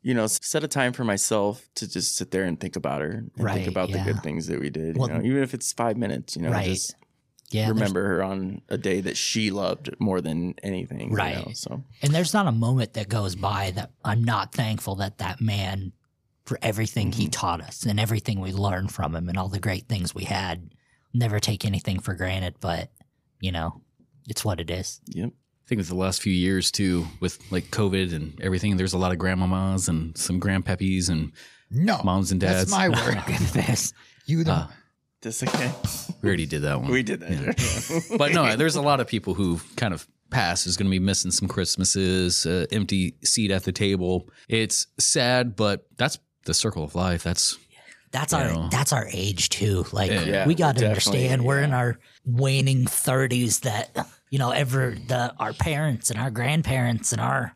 you know, set a time for myself to just sit there and think about her, and Right, think about yeah. the good things that we did. Well- you know, even if it's five minutes, you know, Right. just Yeah. there's- remember her on a day that she loved more than anything. you Right. know, so And there's not a moment that goes by that I'm not thankful that that man, for everything Mm-hmm. he taught us and everything we learned from him and all the great things we had, never take anything for granted, but, you know, it's what it is. yep. I think it's the last few years too, with like COVID and everything. There's a lot of grandmamas and some grandpappies and No, moms and dads. Uh, that's my work. Goodness. you don't. Ah. This again. we already did that one. we did that. but no, there's a lot of people who kind of pass is going to be missing some Christmases, uh, empty seat at the table. It's sad, but that's the circle of life. That's That's You our know. that's our age too. Like Yeah, we got to definitely, understand we're in yeah. our waning thirties that you know ever the our parents and our grandparents and our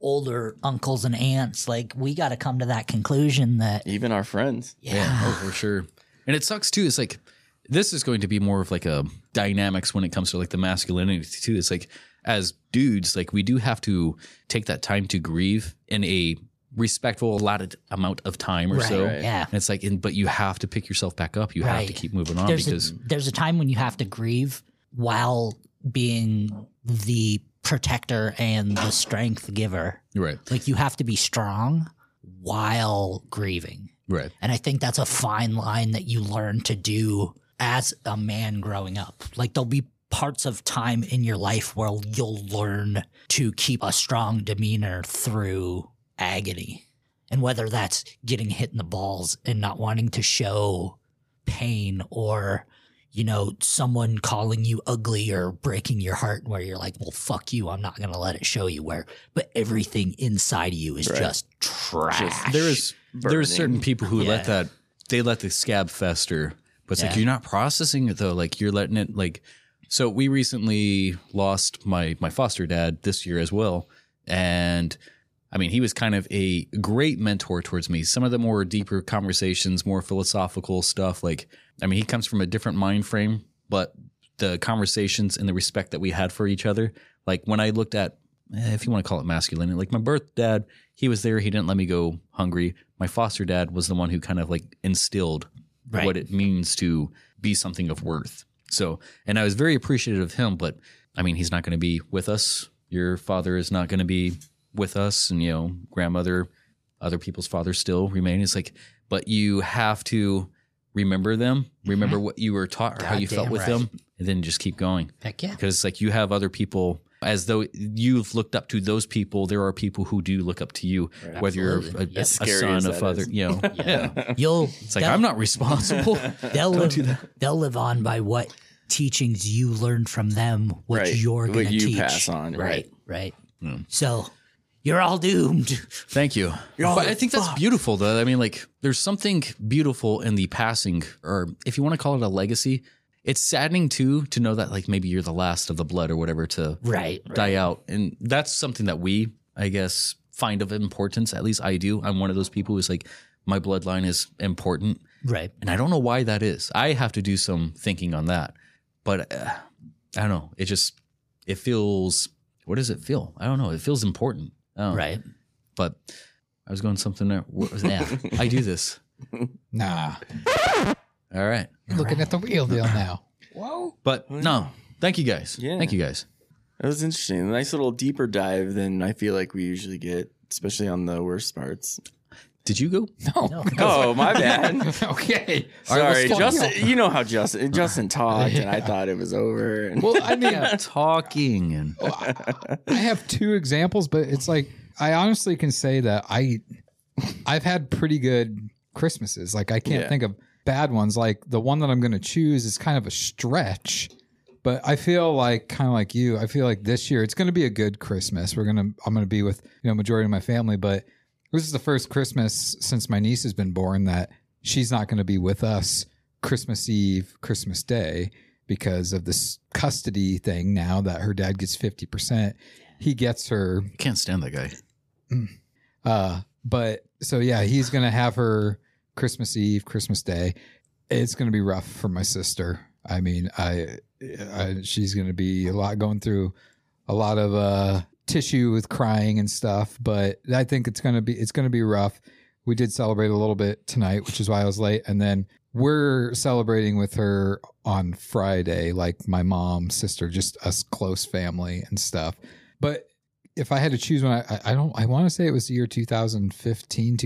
older uncles and aunts like we got to come to that conclusion that Even our friends. yeah, oh, for sure. And it sucks too. It's like this is going to be more of like a dynamics when it comes to like the masculinity too. It's like as dudes, like we do have to take that time to grieve in a respectful allotted amount of time or right, so. yeah And it's like, and, but you have to pick yourself back up. You have to Right. keep moving on there's because a, there's a time when you have to grieve while being the protector and the strength giver. right, Like you have to be strong while grieving. right, And I think that's a fine line that you learn to do as a man growing up. Like there'll be parts of time in your life where you'll learn to keep a strong demeanor through agony. And whether that's getting hit in the balls and not wanting to show pain or you know someone calling you ugly or breaking your heart where you're like well fuck you i'm not going to let it show you where but everything inside of you is Right. just trash there is there are burning. certain people who let Yeah. that they let the scab fester but it's like Yeah. you're not processing it though like you're letting it like so we recently lost my my foster dad this year as well and i mean he was kind of a great mentor towards me some of the more deeper conversations more philosophical stuff like i mean he comes from a different mind frame but the conversations and the respect that we had for each other like when i looked at eh, if you want to call it masculinity like my birth dad he was there he didn't let me go hungry my foster dad was the one who kind of like instilled Right. what it means to be something of worth so and i was very appreciative of him but i mean he's not going to be with us your father is not going to be with us and you know grandmother other people's fathers still remain it's like but you have to remember them remember what you were taught or how you felt Mm-hmm. with Goddamn right. them and then just keep going heck yeah because it's like you have other people as though you've looked up to those people there are people who do look up to you whether you're a, Absolutely. a Yep. Scary as son of that other is. you know yeah. You'll it's like i'm not responsible they'll live, they'll live on by what teachings you learned from them, what Right. you're What going to you teach. pass on, right. right. So you're all doomed. thank you but i think that's beautiful though i mean like there's something beautiful in the passing or if you want to call it a legacy it's saddening too to know that like maybe you're the last of the blood or whatever to Right. die out. And that's something that we, I guess, find of importance. At least I do. I'm one of those people who's like, my bloodline is important. Right. And I don't know why that is. I have to do some thinking on that. But uh, I don't know. It just, it feels, what does it feel? I don't know. It feels important. I don't know. Right. But I was going something there. What was that? I do this. Nah, All right. looking at the real deal now. But no, thank you guys. Yeah. Thank you guys. That was interesting. A nice little deeper dive than I feel like we usually get, especially on the worst parts. Did you go? No. Oh, my bad. okay. Sorry, fuck Justin. You know how Justin Justin talked, and I thought it was over. And Well, I mean, Yeah, talking and I have two examples, but it's like I honestly can say that I I've had pretty good Christmases. Like I can't Yeah. think of bad ones. Like the one that I'm going to choose is kind of a stretch, but I feel like kind of like you. I feel like this year it's going to be a good Christmas. We're going to I'm going to be with, you know, majority of my family, but this is the first Christmas since my niece has been born that she's not going to be with us Christmas Eve, Christmas Day because of this custody thing now that her dad gets 50%. He gets her can't stand that guy. uh, but so yeah, he's gonna have her Christmas Eve, Christmas Day. It's gonna be rough for my sister. I mean, I, I she's gonna be a lot going through a lot of uh, tissue with crying and stuff, but I think it's gonna be it's gonna be rough. We did celebrate a little bit tonight, which is why I was late, and then we're celebrating with her on Friday, like my mom, sister, just us close family and stuff. But if I had to choose one, I, I- I don't. I want to say it was the year 2015,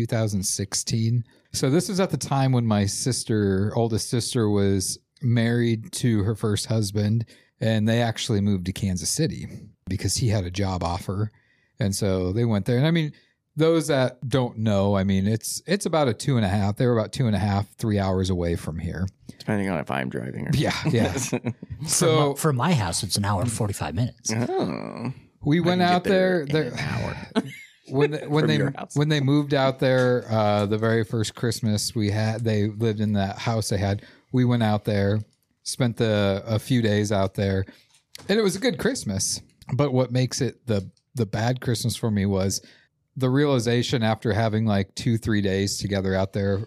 2016. So this was at the time when my sister, oldest sister, was married to her first husband, and they actually moved to Kansas City because he had a job offer, and so they went there. And I mean, those that don't know, I mean, it's it's about a two and a half. They were about two and a half, three hours away from here. depending on if I'm driving or Yeah, yeah. So so for my house, it's an hour and forty five minutes. Oh. we went can get out there there. in there an hour. when they, when From they your house. when they moved out there uh, the very first Christmas we had they lived in that house they had we went out there spent the a few days out there and it was a good Christmas but what makes it the the bad Christmas for me was the realization after having like two three days together out there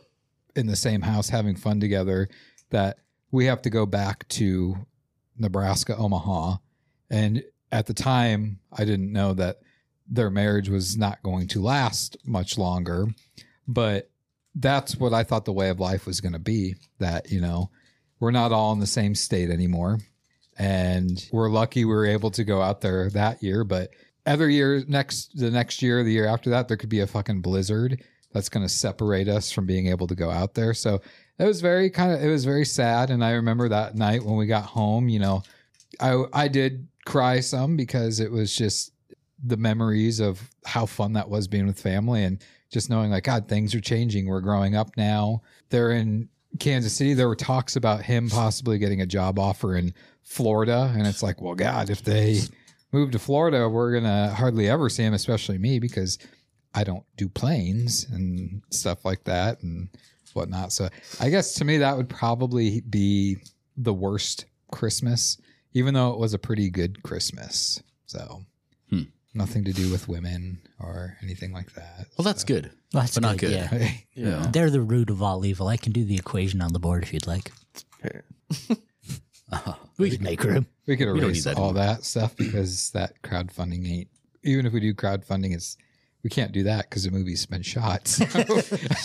in the same house having fun together that we have to go back to Nebraska Omaha and at the time I didn't know that their marriage was not going to last much longer. But that's what I thought the way of life was going to be that, you know, we're not all in the same state anymore. And we're lucky we were able to go out there that year. But other year, next, the next year, the year after that, there could be a fucking blizzard that's going to separate us from being able to go out there. So it was very kind of, it was very sad. And I remember that night when we got home, you know, I, I did cry some because it was just, the memories of how fun that was being with family and just knowing like god things are changing we're growing up now they're in kansas city there were talks about him possibly getting a job offer in florida and it's like well god if they move to florida we're gonna hardly ever see him especially me because i don't do planes and stuff like that and whatnot so i guess to me that would probably be the worst christmas even though it was a pretty good christmas so Hmm. nothing to do with women or anything like that. Well, that's good. Well, that's But not good. Yeah. Hey, Yeah. They're the root of all evil. I can do the equation on the board if you'd like. We can make room. we could We don't erase need that all that stuff because that crowdfunding ain't. Even if we do crowdfunding, it's we can't do that because the movie's been shot. So.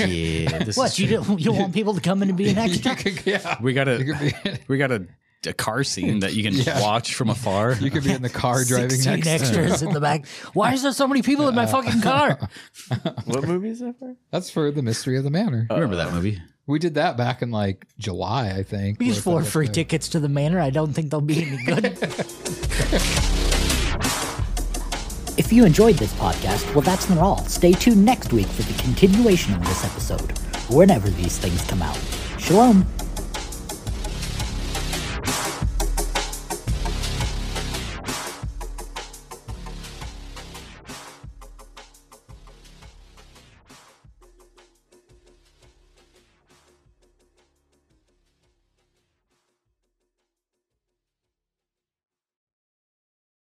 Yeah, this What you don't you don't want people to come in and be an You extra? could- yeah, We got you could a be. we got a, a car scene that you can Yeah. watch from afar. You could be in the car driving 16 next. extras in the back. Why is there so many people in my fucking car? What movie is that for? That's for the mystery of the manor. Remember that movie? We did that back in like July, I think. These with, four uh, free the- tickets to the manor, I don't think they'll be any good. if you enjoyed this podcast, well, that's not all. Stay tuned next week for the continuation of this episode, whenever these things come out. Shalom.